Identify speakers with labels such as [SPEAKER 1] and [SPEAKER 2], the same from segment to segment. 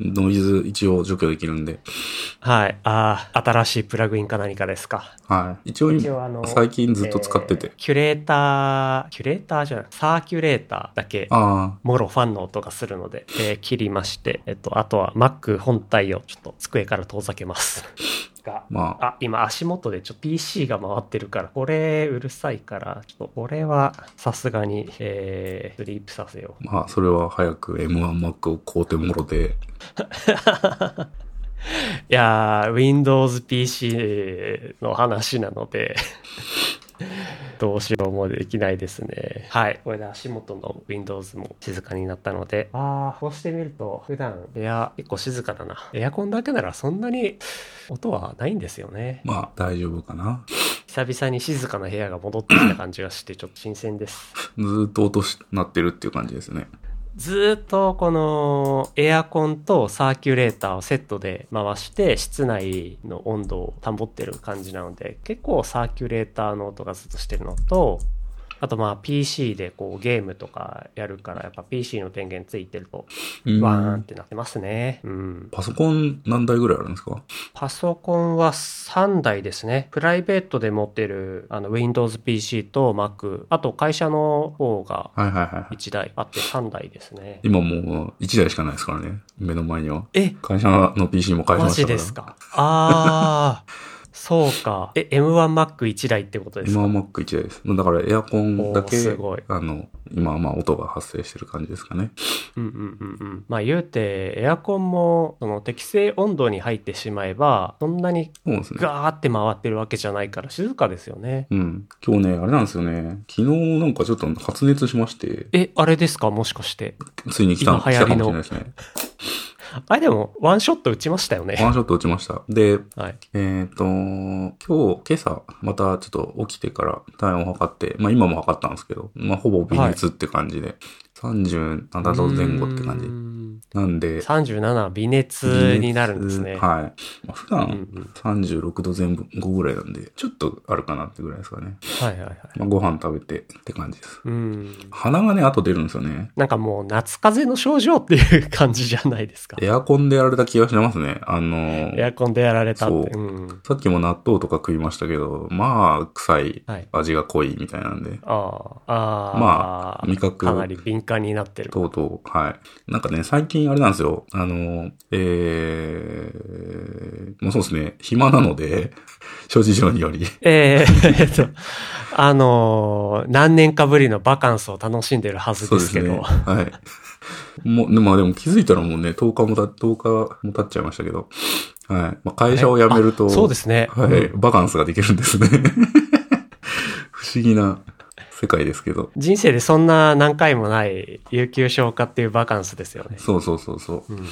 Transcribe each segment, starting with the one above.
[SPEAKER 1] ノイズ一応除去できるんで。
[SPEAKER 2] はい。ああ、新しいプラグインか何かですか。
[SPEAKER 1] はい。一応
[SPEAKER 2] 一応あの
[SPEAKER 1] 最近ずっと使ってて。
[SPEAKER 2] えーキュレーター、キュレーターじゃない、サーキュレーターだけ、
[SPEAKER 1] あ
[SPEAKER 2] もろファンの音がするので、えー切りまして、えっと、あとは Mac 本体をちょっと机から遠ざ けます。が
[SPEAKER 1] あ、まあ、
[SPEAKER 2] あ、今足元でちょっと PC が回ってるから、これうるさいから、ちょっとこれはさすがに、えー、スリープさせよう。
[SPEAKER 1] まあ、それは早く M1Mac を買うてもろで。
[SPEAKER 2] いやー、Windows PC の話なので、 どうしようもできないですね。はい。これで足元の Windows も静かになったので、あー、こうしてみると、普段、エア、結構静かだな。エアコンだけならそんなに音はないんですよね。
[SPEAKER 1] まあ、大丈夫かな。
[SPEAKER 2] 久々に静かな部屋が戻ってきた感じがして、ちょっと新鮮です。
[SPEAKER 1] ずーっと音し鳴ってるっていう感じですね。
[SPEAKER 2] ずーっとこのエアコンとサーキュレーターをセットで回して室内の温度を保ってる感じなので結構サーキュレーターの音がずっとしてるのとあとまあ PC でこうゲームとかやるからやっぱ PC の電源ついてると
[SPEAKER 1] うん
[SPEAKER 2] ワーンってなってますね。うん。
[SPEAKER 1] パソコン何台ぐらいあるんですか
[SPEAKER 2] パソコンは3台ですね。プライベートで持ってるあの Windows PC と Mac、あと会社の方が
[SPEAKER 1] はいはいはい。
[SPEAKER 2] 1台あって3台ですね。
[SPEAKER 1] 今もう1台しかないですからね。目の前には。
[SPEAKER 2] え
[SPEAKER 1] 会社の PC も返し
[SPEAKER 2] マ
[SPEAKER 1] まし
[SPEAKER 2] ジ
[SPEAKER 1] たから。
[SPEAKER 2] ですか。ああ、そうか。 え、M1Mac1 台ってことですか
[SPEAKER 1] 今は Mac1 台です。だからエアコンだけ
[SPEAKER 2] おーすごい、
[SPEAKER 1] あの、今はまあ音が発生してる感じですかね。
[SPEAKER 2] うんうんうんうん。まあ言うて、エアコンも、その適正温度に入ってしまえば、そんなに
[SPEAKER 1] そうですね。
[SPEAKER 2] ガーって回ってるわけじゃないから静かですよね。
[SPEAKER 1] うん。今日ね、あれなんですよね。昨日なんかちょっと発熱しまして、
[SPEAKER 2] え、あれですかもしかして。
[SPEAKER 1] ついに来た、
[SPEAKER 2] 今
[SPEAKER 1] 来た
[SPEAKER 2] 流行
[SPEAKER 1] か
[SPEAKER 2] り
[SPEAKER 1] もしれ
[SPEAKER 2] の
[SPEAKER 1] ないですね。
[SPEAKER 2] あれでも、ワンショット打ちましたよ
[SPEAKER 1] ワ
[SPEAKER 2] ね。
[SPEAKER 1] ンショット打ちました。で、
[SPEAKER 2] はい。
[SPEAKER 1] えっ、と、今日、今朝、またちょっと起きてから体温を測って、まあ今も測ったんですけど、まあほぼ微熱って感じで、37度前後って感じ。
[SPEAKER 2] じ。
[SPEAKER 1] なんで、
[SPEAKER 2] 37、微熱になるんですね。
[SPEAKER 1] 微熱はい。まあ、普段、
[SPEAKER 2] うんうん
[SPEAKER 1] 36度前後ぐらいなんで、ちょっとあるかなってぐらいですかね。
[SPEAKER 2] はいはいはい。
[SPEAKER 1] まあ、ご飯食べてって感じです。
[SPEAKER 2] うん。
[SPEAKER 1] 鼻がね、後出るんですよね。
[SPEAKER 2] なんかもう夏風邪の症状っていう感じじゃないですか。
[SPEAKER 1] エアコンでやられた気がしますね。あのー
[SPEAKER 2] エアコンでやられたって。
[SPEAKER 1] そう
[SPEAKER 2] うん。
[SPEAKER 1] さっきも納豆とか食いましたけど、まあ、臭い、
[SPEAKER 2] はい。
[SPEAKER 1] 味が濃いみたいなんで、
[SPEAKER 2] ああ。ああ。
[SPEAKER 1] まあ味覚
[SPEAKER 2] かなり敏感になってる。
[SPEAKER 1] とうとう、はい。なんかね、最近あれなんですよ。あのー、えー、もうそうですね、暇なので、 諸事情により、
[SPEAKER 2] えーえっと、あのー何年かぶりのバカンスを楽しんでるはず
[SPEAKER 1] そう
[SPEAKER 2] で
[SPEAKER 1] ですす
[SPEAKER 2] けど。
[SPEAKER 1] ね。はい。もう、でまあでも気づいたらもうね、10日もた、10日も経っちゃいましたけど、はい。まあ、会社を辞めると、
[SPEAKER 2] あそうですね。
[SPEAKER 1] はい、バカンスができるんですね。 不思議な世界ですけど。
[SPEAKER 2] 人生でそんな何回もない有給消化っていうバカンスですよね。
[SPEAKER 1] そうそうそうそう。
[SPEAKER 2] うん。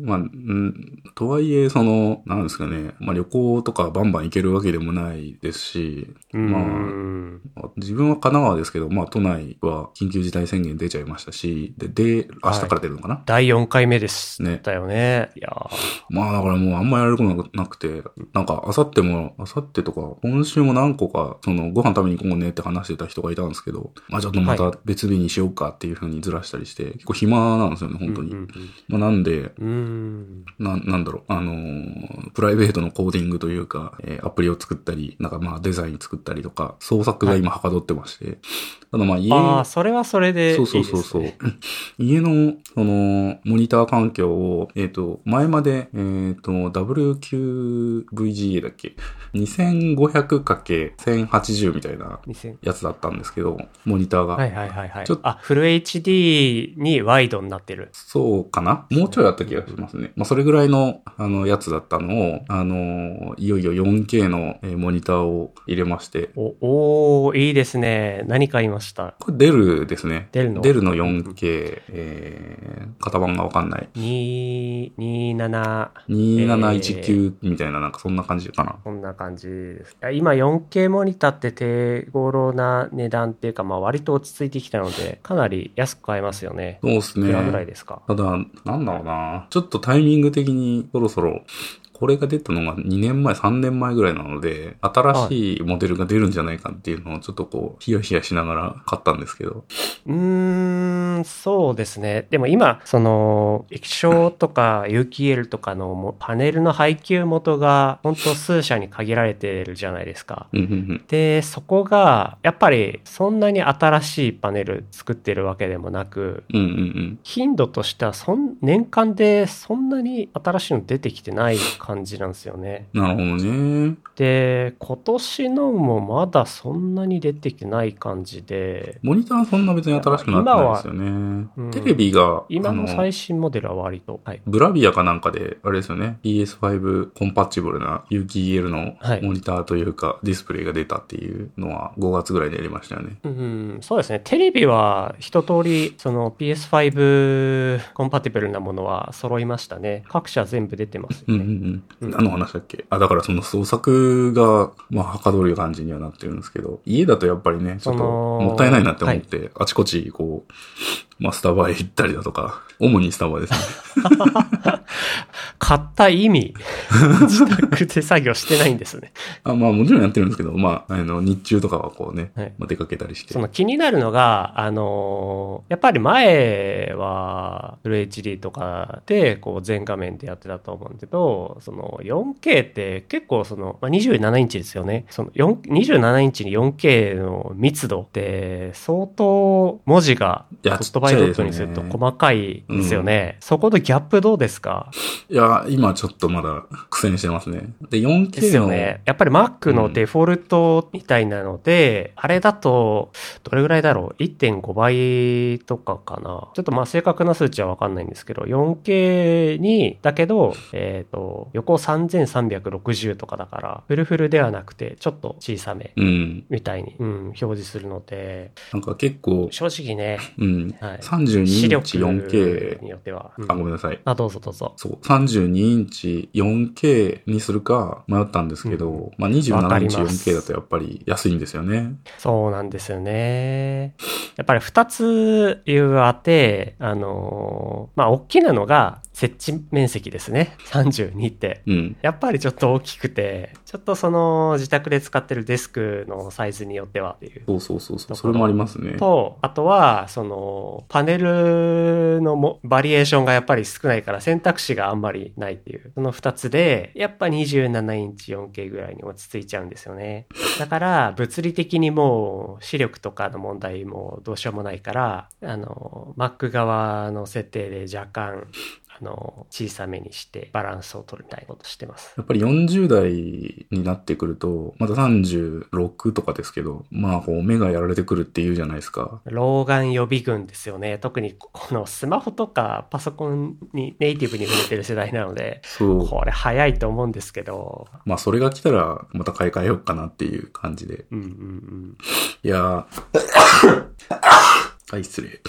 [SPEAKER 1] まあ、んとはいえ、その、なんですかね、まあ旅行とかバンバン行けるわけでもないですし、
[SPEAKER 2] う
[SPEAKER 1] ま
[SPEAKER 2] ん。
[SPEAKER 1] あ、自分は神奈川ですけど、まあ都内は緊急事態宣言出ちゃいましたし、で、で、明日から出るのかな、
[SPEAKER 2] 第4回目です。
[SPEAKER 1] ね
[SPEAKER 2] だよね。いやー
[SPEAKER 1] まあだからもうあんまやることなくて、なんかあさっても、あさってとか、今週も何個か、そのご飯食べに行こうねって話してた人がいたんですけど、まあちょっとまた別日にしようかっていう風にずらしたりして、結構暇なんですよね、本当に。
[SPEAKER 2] うん
[SPEAKER 1] まあなんで、
[SPEAKER 2] うんうん。
[SPEAKER 1] な、なんだろう、あのープライベートのコーディングというか、えーアプリを作ったり、なんかまあデザイン作ったりとか、創作が今はかどってまして、ただまあ
[SPEAKER 2] うん
[SPEAKER 1] 家、
[SPEAKER 2] ああ、それはそれでいい
[SPEAKER 1] そ
[SPEAKER 2] で
[SPEAKER 1] う
[SPEAKER 2] す、
[SPEAKER 1] そ
[SPEAKER 2] ね。
[SPEAKER 1] うそうそう。家の、その、モニター環境を、えっ、と、前まで、えっ、と、WQVGA だっけ ?2500×1080 みたいな
[SPEAKER 2] 2000
[SPEAKER 1] やつだったんですけど、モニターが。
[SPEAKER 2] はいはいはいはい
[SPEAKER 1] ちょっ。と
[SPEAKER 2] あ、フル HD にワイドになってる。
[SPEAKER 1] そうかなもうちょいあった気がしますね。まあ、それぐらいの、あの、やつだったのを、あの、いよいよ 4K のえーモニターを入れまして、
[SPEAKER 2] お、おーいいですね。何買いました
[SPEAKER 1] これデルですね。
[SPEAKER 2] デルの
[SPEAKER 1] デルの 4K、えー、型番がわかんない。
[SPEAKER 2] ?2、27。
[SPEAKER 1] 2719みたいな、なんかそんな感じかな。
[SPEAKER 2] こんな感じです。いや今 4K モニターって手頃な値段っていうか、まあ割と落ち着いてきたので、かなり安く買えますよね。
[SPEAKER 1] そうです
[SPEAKER 2] い
[SPEAKER 1] ね。
[SPEAKER 2] くらぐらいですか
[SPEAKER 1] ただ、なんだろうな。ちょっとタイミング的にそろそろこれが出たのが2年前、3年前ぐらいなので、新しいモデルが出るんじゃないかっていうのをちょっとこう、ヒヤヒヤしながら買ったんですけど。
[SPEAKER 2] うーん、そうですね。でも今、その、液晶とか UKL とかのもパネルの配給元が、本当数社に限られてるじゃないですか。
[SPEAKER 1] うんうん
[SPEAKER 2] で、そこが、やっぱり、そんなに新しいパネル作ってるわけでもなく、
[SPEAKER 1] うん。うんうん
[SPEAKER 2] 頻度としてはそん、年間でそんなに新しいの出てきてない感じなんですよね。
[SPEAKER 1] うん。なるほどね。
[SPEAKER 2] で、今年のもまだそんなに出てきてない感じで、
[SPEAKER 1] モニターはそんな別に新しくなってないですよね
[SPEAKER 2] うん。
[SPEAKER 1] テレビが、
[SPEAKER 2] 今
[SPEAKER 1] あ
[SPEAKER 2] の
[SPEAKER 1] の
[SPEAKER 2] 最新モデルは割と、はい。
[SPEAKER 1] ブラビアかなんかで、あれですよね。PS5 コンパチブルな UKEL の
[SPEAKER 2] はい
[SPEAKER 1] モニターというか、ディスプレイが出たっていうのは5月ぐらいでやりましたよね。
[SPEAKER 2] うん、そうですね。テレビは一通り、その PS5 コンパティブルなものは揃いましたね。各社全部出てます
[SPEAKER 1] う
[SPEAKER 2] よ
[SPEAKER 1] んう
[SPEAKER 2] ね。
[SPEAKER 1] んう
[SPEAKER 2] うん
[SPEAKER 1] ん。何の話だっけあ、だからその創作が、まあ、はかどる感じにはなってるんですけど、家だとやっぱりね、ちょっと
[SPEAKER 2] その
[SPEAKER 1] もったいないなって思って、あちこち、こう、まあ、スタバへ行ったりだとか、主にスタバ ですね。
[SPEAKER 2] 買った 意味、自宅で作業してないんですね。
[SPEAKER 1] あまあ、もちろんやってるんですけど、まあ、あの、日中とかはこうね、
[SPEAKER 2] はい
[SPEAKER 1] まあ、出かけたりして
[SPEAKER 2] そ。の気になるのが、あのーやっぱり前は、フル HD とかで、こう、全画面でやってたと思うんだけど、その 4K って結構その、まあ、27インチですよね。その4 27インチに 4K の密度って、相当文字が
[SPEAKER 1] い
[SPEAKER 2] ド
[SPEAKER 1] や
[SPEAKER 2] ットバイドットに
[SPEAKER 1] ち
[SPEAKER 2] す
[SPEAKER 1] っちゃい
[SPEAKER 2] る
[SPEAKER 1] です
[SPEAKER 2] と
[SPEAKER 1] ね
[SPEAKER 2] 細かいですよね。そこのギャップどうですか
[SPEAKER 1] いや、今ちょっとまだ苦戦してますね。で、
[SPEAKER 2] で
[SPEAKER 1] 4K
[SPEAKER 2] す
[SPEAKER 1] で
[SPEAKER 2] よ
[SPEAKER 1] も、
[SPEAKER 2] ね。やっぱり Mac のデフォルトみたいなので、あれだと、どれぐらいだろう ?1.5 倍とかかな。ちょっとまあ正確な数値はわかんないんですけど、4K に、だけど、えっ、と、横3360とかだから、フルフルではなくて、ちょっと小さめ
[SPEAKER 1] うん。
[SPEAKER 2] みたいに、うん、表示するので、
[SPEAKER 1] なんか結構、
[SPEAKER 2] 正直ね、
[SPEAKER 1] うん。
[SPEAKER 2] はい
[SPEAKER 1] 32イ
[SPEAKER 2] 視
[SPEAKER 1] ン
[SPEAKER 2] 力
[SPEAKER 1] チ 4K、
[SPEAKER 2] によっては。うん
[SPEAKER 1] あ、ごめんなさい。
[SPEAKER 2] あ、どうぞどうぞ。
[SPEAKER 1] そう、32インチ 4K にするか迷ったんですけど、
[SPEAKER 2] う
[SPEAKER 1] まあ27インチ
[SPEAKER 2] わかります
[SPEAKER 1] 4K だとやっぱり安いんですよね。
[SPEAKER 2] そうなんですよね。やっぱり二つ理由があって、あのーまあ、大きなのが設置面積ですね。32って。
[SPEAKER 1] うん。
[SPEAKER 2] やっぱりちょっと大きくて、ちょっとその自宅で使ってるデスクのサイズによってはっていう。
[SPEAKER 1] そうそうそうそ
[SPEAKER 2] だから
[SPEAKER 1] う。それもありますね。
[SPEAKER 2] と、あとは、その、パネルのもバリエーションがやっぱり少ないから選択肢があんまりないっていう、その二つで、やっぱ27インチ 4K ぐらいに落ち着いちゃうんですよね。だから、物理的にもう視力とかの問題もどうしようもないから、あの、Mac 側の設定で若干、あの、小さめにしてバランスを取りたいことしてます。
[SPEAKER 1] やっぱり40代になってくると、まだ36とかですけど、まあこう目がやられてくるっていうじゃないですか。
[SPEAKER 2] 老眼予備軍ですよね。特にこのスマホとかパソコンにネイティブに触れてる世代なので、
[SPEAKER 1] そう。
[SPEAKER 2] これ早いと思うんですけど。
[SPEAKER 1] まあそれが来たらまた買い替えようかなっていう感じで。
[SPEAKER 2] うんうんうん。
[SPEAKER 1] いやー。はい、失礼。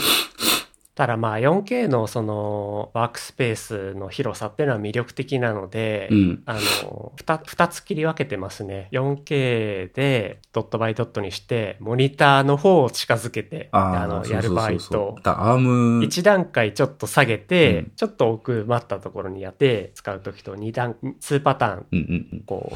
[SPEAKER 2] ただまあ 4K のそのワークスペースの広さっていうのは魅力的なので、
[SPEAKER 1] うん。
[SPEAKER 2] あの、二二つ切り分けてますね。4K でドットバイドットにして、モニターの方を近づけて、
[SPEAKER 1] あ
[SPEAKER 2] あ
[SPEAKER 1] あ
[SPEAKER 2] の、
[SPEAKER 1] そ
[SPEAKER 2] や
[SPEAKER 1] うそ
[SPEAKER 2] る
[SPEAKER 1] う
[SPEAKER 2] 場
[SPEAKER 1] そ
[SPEAKER 2] 合
[SPEAKER 1] うそう
[SPEAKER 2] と、
[SPEAKER 1] だアーム、
[SPEAKER 2] 一段階ちょっと下げて、
[SPEAKER 1] うん
[SPEAKER 2] ちょっと奥まったところにやって使うときと二段、2パターン、
[SPEAKER 1] うんうんうん。
[SPEAKER 2] こう、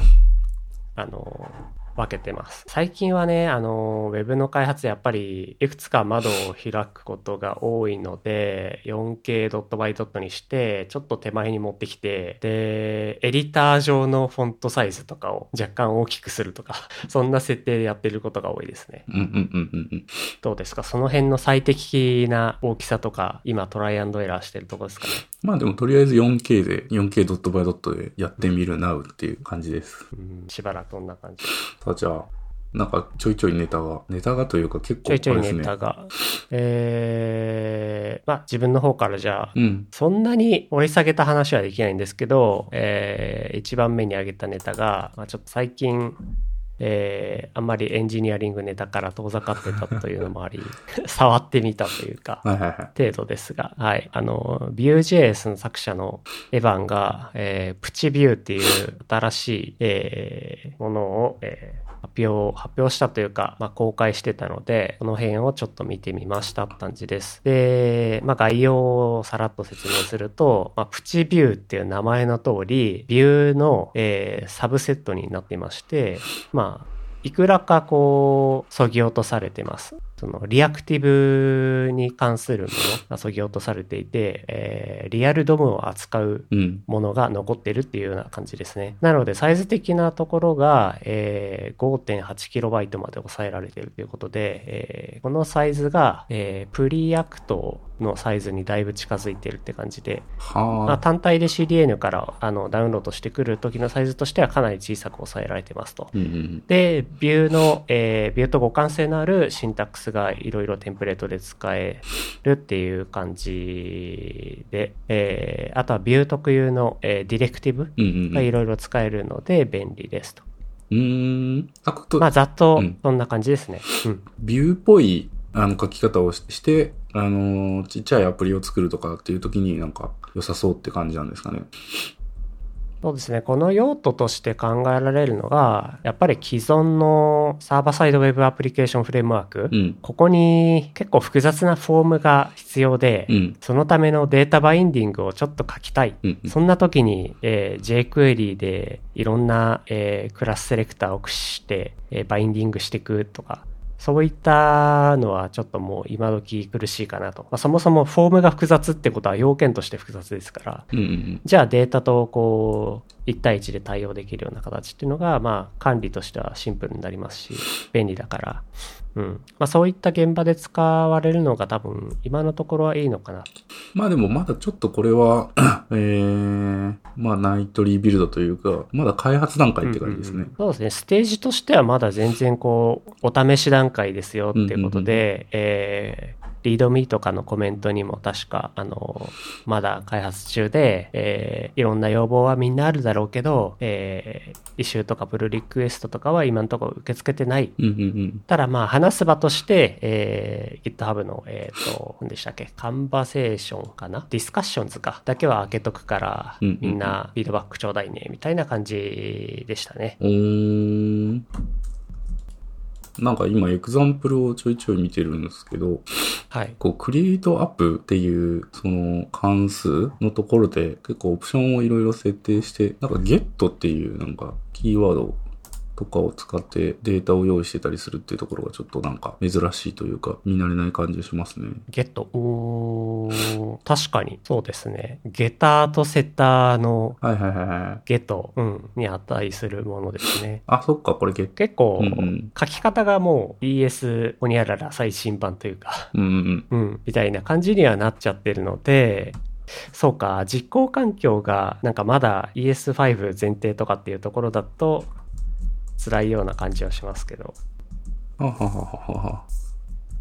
[SPEAKER 2] あの、分けてます。最近はね、あの、ウェブの開発やっぱりいくつか窓を開くことが多いので、4K ドットバイドットにして、ちょっと手前に持ってきて、で、エディター上のフォントサイズとかを若干大きくするとか、 そんな設定でやってることが多いですね。
[SPEAKER 1] うんうんうんうんうん。
[SPEAKER 2] どうですかその辺の最適な大きさとか、今トライアンドエラーしてるとこですかね。
[SPEAKER 1] まあでもとりあえず 4K で、4K ドットバイドットでやってみるなうっていう感じです。
[SPEAKER 2] うん、しばらくどんな感じ。
[SPEAKER 1] さあじゃあ、なんかちょいちょいネタが、ネタがというか結構
[SPEAKER 2] ちょいちょ
[SPEAKER 1] あ
[SPEAKER 2] い
[SPEAKER 1] れです
[SPEAKER 2] ネタが。えー、まあ自分の方からじゃあ、
[SPEAKER 1] うん。
[SPEAKER 2] そんなに掘り下げた話はできないんですけど、えー、一番目に挙げたネタが、まあ、ちょっと最近、えー、あんまりエンジニアリングネタから遠ざかってたというのもあり、 触ってみたというか、
[SPEAKER 1] はいはいはい。
[SPEAKER 2] 程度ですが、はい。あの、Vue.js の作者のエヴァンが、えープチビューっていう新しい、えーものを、えー発表、発表したというか、まあ、公開してたので、この辺をちょっと見てみましたって感じです。で、まあ、概要をさらっと説明すると、まあ、プチビューっていう名前の通り、ビューの、えーサブセットになっていまして、まあ、いくらかこう、そぎ落とされてます。その、リアクティブに関するものがそぎ落とされていて、えーリアルドムを扱う
[SPEAKER 1] うん。
[SPEAKER 2] ものが残ってるっていうような感じですね。なので、サイズ的なところが、えー 5.8KB まで抑えられてるということで、えーこのサイズが、えープリアクトのサイズにだいぶ近づいてるって感じで、まあ、
[SPEAKER 1] はあ。
[SPEAKER 2] 単体で CDN からあのダウンロードしてくる時のサイズとしてはかなり小さく抑えられてますと。
[SPEAKER 1] うんうん
[SPEAKER 2] で、ビューの、えービューと互換性のあるシンタックスがいろいろテンプレートで使えるっていう感じで、えーあとはビュー特有の、えーディレクティブ
[SPEAKER 1] うん。うんうん
[SPEAKER 2] が
[SPEAKER 1] うん
[SPEAKER 2] いろいろ使えるので便利ですと。
[SPEAKER 1] うーん。あこと、
[SPEAKER 2] まあ、ざっと
[SPEAKER 1] うん
[SPEAKER 2] そんな感じですね。うん。
[SPEAKER 1] ビューっぽい、あの、書き方をしして、あのーちっちゃいアプリを作るとかっていう時になんか良さそうって感じなんですかね。
[SPEAKER 2] そうですね。この用途として考えられるのが、やっぱり既存のサーバーサイドウェブアプリケーションフレームワーク、
[SPEAKER 1] うん。
[SPEAKER 2] ここに結構複雑なフォームが必要で、
[SPEAKER 1] うん。
[SPEAKER 2] そのためのデータバインディングをちょっと書きたい。
[SPEAKER 1] うん。
[SPEAKER 2] そんな時に、えー jQuery でいろんな、えークラスセレクターを駆使して、えーバインディングしていくとか、そういったのはちょっともう今時苦しいかなと。まあ、そもそもフォームが複雑ってことは要件として複雑ですから、
[SPEAKER 1] うん。うん。
[SPEAKER 2] じゃあデータとこう、1対1で対応できるような形っていうのが、まあ管理としてはシンプルになりますし、便利だから、うん。まあそういった現場で使われるのが多分今のところはいいのかな。
[SPEAKER 1] まあでもまだちょっとこれは、 えー、まあナイトリービルドというか、まだ開発段階って感じですね。
[SPEAKER 2] うんうんうんそうですね。ステージとしてはまだ全然こう、お試し段階ですよっていうことで、えーリードミーとかのコメントにも確か、あの、まだ開発中で、えーいろんな要望はみんなあるだろうけど、えーイシューとかプルリクエストとかは今のところ受け付けてない
[SPEAKER 1] うんうんうん。
[SPEAKER 2] ただまあ話す場として、えー GitHub の、えっ、と、何でしたっけ、カンバセーションかなディスカッションズか。だけは開けとくから、
[SPEAKER 1] うんうんうん
[SPEAKER 2] みんなフィードバックちょうだいね、みたいな感じでしたね。
[SPEAKER 1] おーなんか今エクザンプルをちょいちょい見てるんですけど、
[SPEAKER 2] はい。
[SPEAKER 1] こう、クリエイトアップっていう、その、関数のところで、結構オプションをいろいろ設定して、なんか、ゲットっていう、なんか、キーワードとかを使ってデータを用意してたりするっていうところが、ちょっとなんか、珍しいというか、見慣れない感じしますね。
[SPEAKER 2] ゲット。おー確かに。そうですね。ゲターとセターの
[SPEAKER 1] はいはいはいはい。
[SPEAKER 2] ゲット、うん、に値するものですね。
[SPEAKER 1] あ、そっか、これゲット。
[SPEAKER 2] 結構、
[SPEAKER 1] うんうん
[SPEAKER 2] 書き方がもう ES ホニャララ最新版というか、
[SPEAKER 1] うんうん
[SPEAKER 2] うん、みたいな感じにはなっちゃってるので、そうか、実行環境がなんかまだ ES5 前提とかっていうところだと辛いような感じはしますけど。
[SPEAKER 1] うん。ははははは。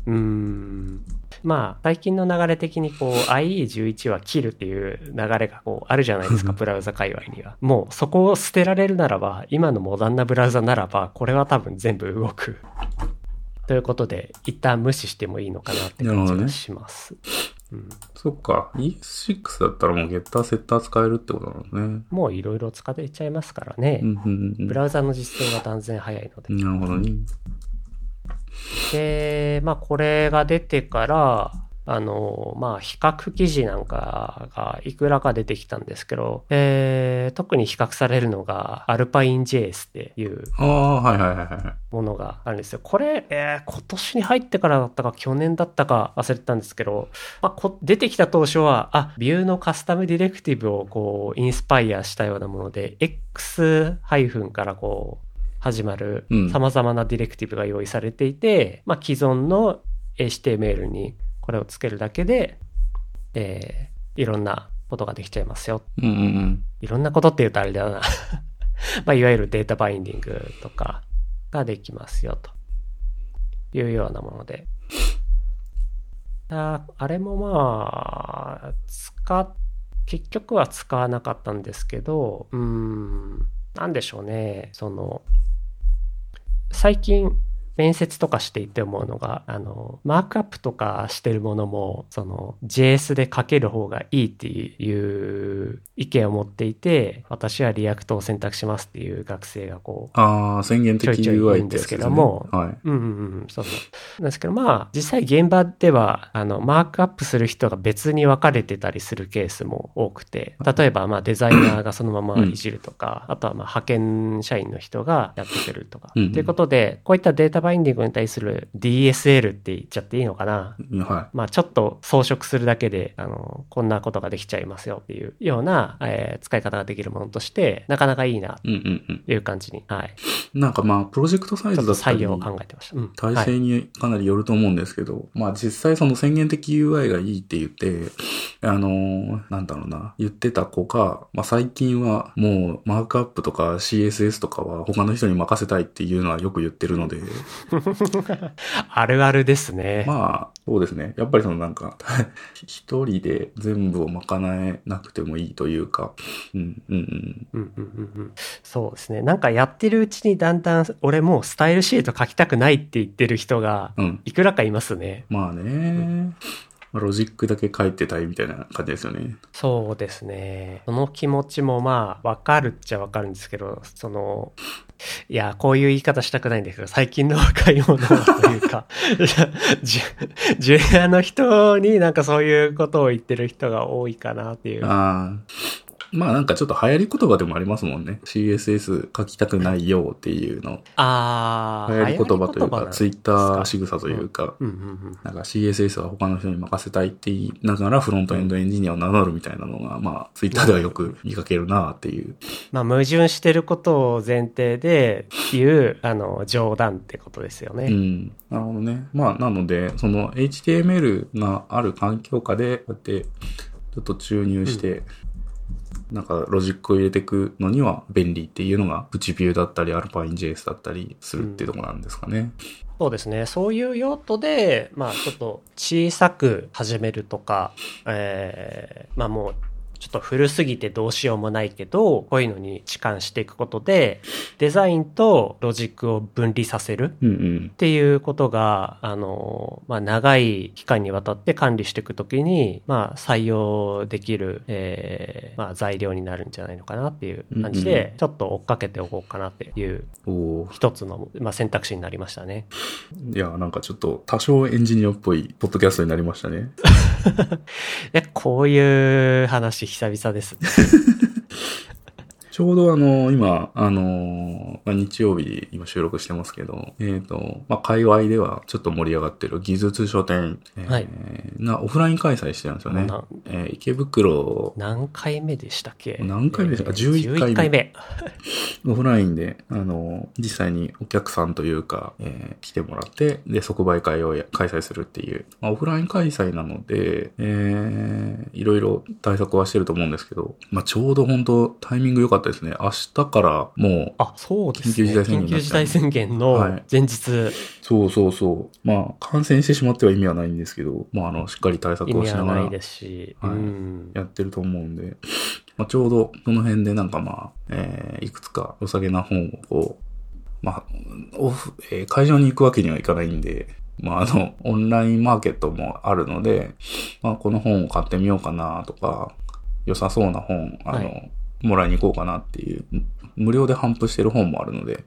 [SPEAKER 2] うーん。まあ、最近の流れ的にこう IE11 は切るっていう流れがこうあるじゃないですか、ブラウザ界隈には。もうそこを捨てられるならば、今のモダンなブラウザならば、これは多分全部動く。ということで、一旦無視してもいいのかなって感じがします。うん
[SPEAKER 1] そっか、ES6 だったらもうゲッター、セッター使えるってことなのね。
[SPEAKER 2] もういろいろ使っていっちゃいますからね。
[SPEAKER 1] うんうんうん
[SPEAKER 2] ブラウザの実装が断然早いの
[SPEAKER 1] う
[SPEAKER 2] で。
[SPEAKER 1] ん。なるほどね。
[SPEAKER 2] で、まあこれが出てから、あの、まあ比較記事なんかがいくらか出てきたんですけど、えー特に比較されるのがアルパイン JS っていう
[SPEAKER 1] ああ、はいはいはいはい。
[SPEAKER 2] ものがあるんですよ。これ、えー今年に入ってからだったか去年だったか忘れてたんですけど、まあ、こ出てきた当初は、あ、ビューのカスタムディレクティブをこう、インスパイアしたようなもので、X- からこう、始まる
[SPEAKER 1] うん
[SPEAKER 2] 様々なディレクティブが用意されていて、まあ、既存の HTML にこれをつけるだけで、えーいろんなことができちゃいますよ
[SPEAKER 1] うんうんうん。
[SPEAKER 2] いろんなことって言うとあれだな。 まあ、いわゆるデータバインディングとかができますよというようなもので。ああれもまあ、使っ、結局は使わなかったんですけど、うーん、なんでしょうね。その、最近面接とかしていて思うのが、あの、マークアップとかしてるものも、その、JS で書ける方がいいっていう意見を持っていて、私はリアクトを選択しますっていう学生がこう、
[SPEAKER 1] ああ、宣言的
[SPEAKER 2] ちょいちょい
[SPEAKER 1] UI
[SPEAKER 2] 言うん
[SPEAKER 1] って
[SPEAKER 2] で
[SPEAKER 1] や
[SPEAKER 2] す
[SPEAKER 1] つ
[SPEAKER 2] け
[SPEAKER 1] です
[SPEAKER 2] ど
[SPEAKER 1] ね。
[SPEAKER 2] も
[SPEAKER 1] はい。
[SPEAKER 2] うんうんうん、そうそう。なんですけど、まあ、実際現場では、あの、マークアップする人が別に分かれてたりするケースも多くて、例えば、まあ、デザイナーがそのままいじるとか、あとは、まあ、派遣社員の人がやってくれるとか。と、
[SPEAKER 1] うんうん
[SPEAKER 2] いうことで、こういったデータバインディングに対する DSL って言っちゃっていいのかな
[SPEAKER 1] は
[SPEAKER 2] まあ、ちょっと装飾するだけで、あの、こんなことができちゃいますよっていうような、えー使い方ができるものとして、なかなかいいな、
[SPEAKER 1] い。うんうんうん。
[SPEAKER 2] という感じに、はい。ち
[SPEAKER 1] なんかまあ、プロジェクトサイ
[SPEAKER 2] ょっ
[SPEAKER 1] ズだ
[SPEAKER 2] と
[SPEAKER 1] った
[SPEAKER 2] 採
[SPEAKER 1] り
[SPEAKER 2] 用、を考えてました。うん。
[SPEAKER 1] 体
[SPEAKER 2] はい
[SPEAKER 1] 制にかなりよると思うんですけど、まあ実際その宣言的 UI がいいって言って、あのーなんだろうな、言ってた子が、まあ最近はもうマークアップとか CSS とかは他の人に任せたいっていうのはよく言ってるので、
[SPEAKER 2] あるあるですね。
[SPEAKER 1] まあ、そうですね。やっぱりそのなんか、 一人で全部を賄えなくてもいいというか、うん、うん、うん。
[SPEAKER 2] うんうんうんうんそうですね。なんかやってるうちにだんだん、俺もうスタイルシート書きたくないって言ってる人が、
[SPEAKER 1] うん。
[SPEAKER 2] いくらかいますね。
[SPEAKER 1] まあね、まあロジックだけ書いてたいみたいな感じですよね。
[SPEAKER 2] そうですね。その気持ちもまあ、わかるっちゃわかるんですけど、その、いや、こういう言い方したくないんですけど、最近の若い者はというか、 ジュジュニアの人になんかそういうことを言ってる人が多いかなっていう。
[SPEAKER 1] ああ。まあなんかちょっと流行り言葉でもありますもんね。CSS 書きたくないよっていうの。
[SPEAKER 2] あ
[SPEAKER 1] 流
[SPEAKER 2] ー
[SPEAKER 1] 行り言葉という
[SPEAKER 2] 流行り言葉なん
[SPEAKER 1] か、
[SPEAKER 2] です
[SPEAKER 1] ツイッター仕草というか、
[SPEAKER 2] うんうんうん。
[SPEAKER 1] なんか CSS は他の人に任せたいって言いながらフロントエンドエンジニアを名乗るみたいなのが、まあツイッターではよく見かけるなっていう。
[SPEAKER 2] まあ、矛盾してることを前提で言う、あの、冗談ってことですよね。
[SPEAKER 1] うん。なるほどね。まあ、なので、その HTML がある環境下で、こうやって、ちょっと注入して、なんかロジックを入れていくのには便利っていうのが、プチビューだったり、アルパイン JS だったりするっていうところなんですかね。
[SPEAKER 2] そうですね。そういう用途で、まあ、ちょっと小さく始めるとか、えーまあもう、ちょっと古すぎてどうしようもないけど、こういうのに置換していくことで、デザインとロジックを分離させる。
[SPEAKER 1] うんうん
[SPEAKER 2] っ。ていうことが、あの、まあ、長い期間にわたって管理していくときに、まあ、採用できる、えーまあ、材料になるんじゃないのかなっていう感じ
[SPEAKER 1] うん
[SPEAKER 2] で、ちょっと追っかけておこうかなっていう
[SPEAKER 1] おー
[SPEAKER 2] 一つの、まあ、選択肢になりましたね。
[SPEAKER 1] いや、なんかちょっと多少エンジニアっぽいポッドキャストになりましたね。
[SPEAKER 2] いや、こういう話久々です。
[SPEAKER 1] ちょうどあの、今、あの、まあ、日曜日今収録してますけど、えっ、と、まあ、界隈ではちょっと盛り上がってる技術書店、えー
[SPEAKER 2] はい
[SPEAKER 1] がオフライン開催してるんですよね。
[SPEAKER 2] な
[SPEAKER 1] えー池袋
[SPEAKER 2] 何回目でしたっけ
[SPEAKER 1] 何回目でした
[SPEAKER 2] えー
[SPEAKER 1] 11回目
[SPEAKER 2] 11回目。
[SPEAKER 1] オフラインで、あの、実際にお客さんというか、えー来てもらって、で、即売会をや開催するっていう、まあ、オフライン開催なので、えーいろいろ対策はしてると思うんですけど、まあ、ちょうど本当タイミング良かったですね。明日からもう、
[SPEAKER 2] あ、そうです
[SPEAKER 1] 緊
[SPEAKER 2] ね。緊
[SPEAKER 1] 急
[SPEAKER 2] 急
[SPEAKER 1] 事
[SPEAKER 2] 事
[SPEAKER 1] 態
[SPEAKER 2] 態
[SPEAKER 1] 宣
[SPEAKER 2] 宣言の
[SPEAKER 1] はい
[SPEAKER 2] 前日、
[SPEAKER 1] そうそうそう。まあ、感染してしまっては意味はないんですけど、まあ、あの、しっかり対策
[SPEAKER 2] 意
[SPEAKER 1] を
[SPEAKER 2] 味
[SPEAKER 1] し
[SPEAKER 2] は
[SPEAKER 1] なが
[SPEAKER 2] な
[SPEAKER 1] ら
[SPEAKER 2] いですし、
[SPEAKER 1] はい
[SPEAKER 2] うん。
[SPEAKER 1] やってると思うんで、まあ、ちょうどその辺でなんかまあ、えーいくつか良さげな本をこう、まあ、オフ、えー会場に行くわけにはいかないんで、まあ、あの、オンラインマーケットもあるので、まあ、この本を買ってみようかなとか、良さそうな本、あの、
[SPEAKER 2] は
[SPEAKER 1] もらいに行こうかなっていう、む無料で頒布してる本もあるので、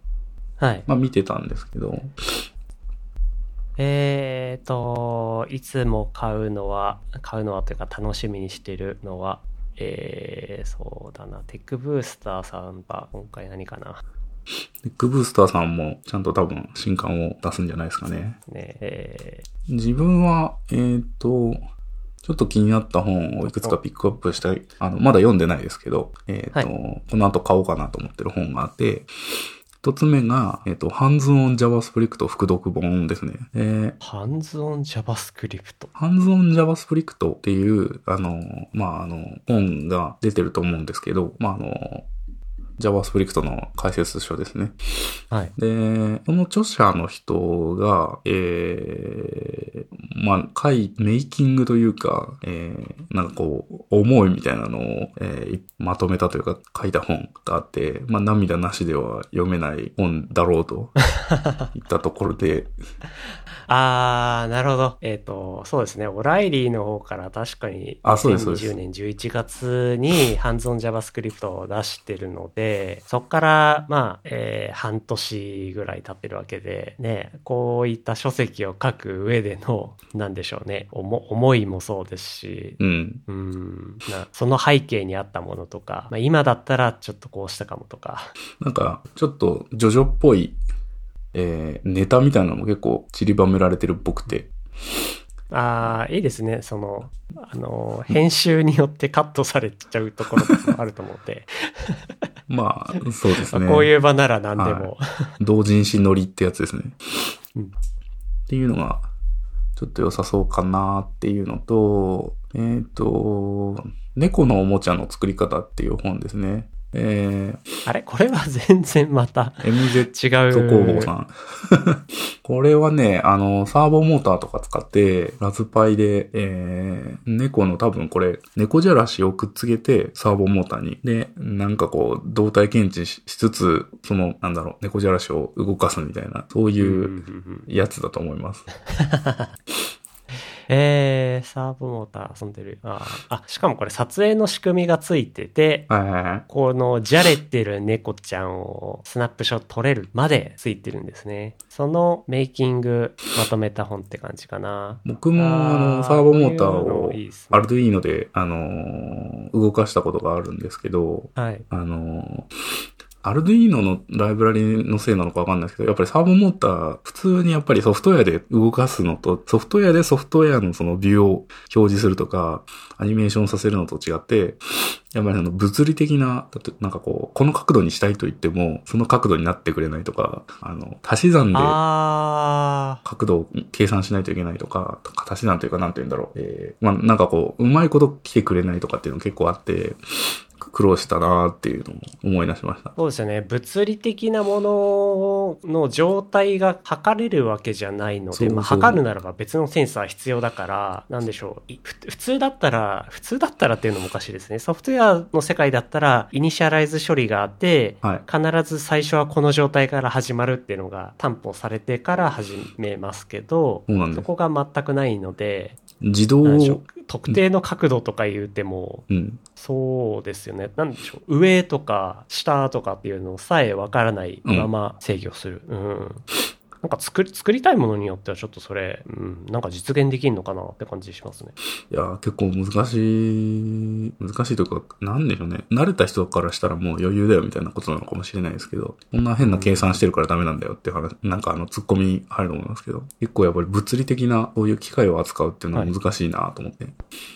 [SPEAKER 2] はい。
[SPEAKER 1] まあ見てたんですけど、
[SPEAKER 2] えーと、いつも買うのは、買うのはというか楽しみにしてるのは、えー、そうだな、テックブースターさんは今回何かな。
[SPEAKER 1] テックブースターさんもちゃんと多分新刊を出すんじゃないですかね。
[SPEAKER 2] ね、えー
[SPEAKER 1] 自分は、えっ、と、ちょっと気になった本をいくつかピックアップしたい。あの、まだ読んでないですけど、えっ、と、この後買おうかなと思ってる本があって、一つ目が、えっ、と、ハンズオン JavaScript 副読本ですね。えー
[SPEAKER 2] ハンズオン JavaScript。
[SPEAKER 1] ハンズオン JavaScript っていう、あの、まあ、あの、本が出てると思うんですけど、まあ、あの、 JavaScript の解説書ですね。
[SPEAKER 2] はい。
[SPEAKER 1] で、その著者の人が、えー、まあ、会、メイキングというか、えー、なんかこう、思いみたいなのを、えーまとめたというか、書いた本があって、まあ、涙なしでは読めない本だろう と言ったところで、
[SPEAKER 2] あー、なるほど。えっ、と、そうですね。オライリーの方から確かに、
[SPEAKER 1] あそうですそうです
[SPEAKER 2] 2020年11月にハンズオン JavaScript を出してるので、そこから、まあ、えー半年ぐらい経ってるわけで、ね、こういった書籍を書く上での、なんでしょうね、思思いもそうですし、
[SPEAKER 1] うん。
[SPEAKER 2] うんなその背景にあったものとか、まあ、今だったらちょっとこうしたかもとか、
[SPEAKER 1] なんか、ちょっと、ジョジョっぽい、えー、ネタみたいなのも結構散りばめられてるっぽくて、
[SPEAKER 2] ああ、いいですね。その、あの、編集によってカットされちゃうところとかもあると思って、
[SPEAKER 1] まあ、 そうですね。
[SPEAKER 2] こういう場なら何でも。
[SPEAKER 1] 同人誌乗りってやつですね。
[SPEAKER 2] うん
[SPEAKER 1] っていうのが、ちょっと良さそうかなっていうのと、えっ、と、猫のおもちゃの作り方っていう本ですね。えー、
[SPEAKER 2] あれこれは全然また
[SPEAKER 1] MZ
[SPEAKER 2] 違
[SPEAKER 1] と工房
[SPEAKER 2] う
[SPEAKER 1] さ。ん。これはね、あの、サーボモーターとか使って、ラズパイで、えー、猫の多分これ、猫じゃらしをくっつけて、サーボモーターに。で、なんかこう、動体検知ししつつ、その、なんだろう、猫じゃらしを動かすみたいな、そう
[SPEAKER 2] うんうんう
[SPEAKER 1] いうんやつだと思います。
[SPEAKER 2] えー、サーボモーター遊んでる。あーあ、しかもこれ撮影の仕組みがついてて、
[SPEAKER 1] はいはいはい。
[SPEAKER 2] このじゃれてる猫ちゃんをスナップショット撮れるまでついてるんですね。そのメイキングまとめた本って感じかな。
[SPEAKER 1] 僕も、あ
[SPEAKER 2] あー
[SPEAKER 1] の、サーボモーター
[SPEAKER 2] こういう
[SPEAKER 1] を
[SPEAKER 2] のいいっす、ね
[SPEAKER 1] アルドゥイーノで、あのー、動かしたことがあるんですけど、
[SPEAKER 2] はい。
[SPEAKER 1] あのー、アルドゥイーノのライブラリのせいなのかわかんないですけど、やっぱりサーボモーター、普通にやっぱりソフトウェアで動かすのと、ソフトウェアでソフトウェアのそのビューを表示するとか、アニメーションさせるのと違って、やっぱりあの物理的な、だってなんかこう、この角度にしたいと言っても、その角度になってくれないとか、あの、足し算で
[SPEAKER 2] あー。
[SPEAKER 1] 角度を計算しないといけないとか、形なんというか、なんて言うんだろう。えー、まあ、なんかこう、うまいこと来てくれないとかっていうの結構あって、苦労したなーっていうのを思い出しました。
[SPEAKER 2] そうですよね。物理的なものの状態が測れるわけじゃないので、
[SPEAKER 1] そうそう
[SPEAKER 2] まあ、測るならば別のセンサー必要だから、なんでしょう。いふ普通だったら、普通だったらっていうのもおかしいですね。ソフトウェアの世界だったら、イニシャライズ処理があって、
[SPEAKER 1] はい。
[SPEAKER 2] 必ず最初はこの状態から始まるっていうのが担保されてから始めますけど、
[SPEAKER 1] そうなんで
[SPEAKER 2] そ
[SPEAKER 1] す。
[SPEAKER 2] こが全くないので、
[SPEAKER 1] 自動
[SPEAKER 2] なんでしょ
[SPEAKER 1] を、
[SPEAKER 2] う特定の角度とか言うても、
[SPEAKER 1] うん。
[SPEAKER 2] そうですよね。なんでしょう。上とか下とかっていうのさえわからないまま制御する。うん。なんか作り、作りたいものによってはちょっとそれ、うん、なんか実現できるのかなって感じしますね。
[SPEAKER 1] いやー、結構難しい、難しいというか、なんでしょうね。慣れた人からしたらもう余裕だよみたいなことなのかもしれないですけど、こんな変な計算してるからダメなんだよっていう話、なんかあの、突っ込み入ると思いますけど、結構やっぱり物理的な、こういう機械を扱うっていうのは難しいなと思って、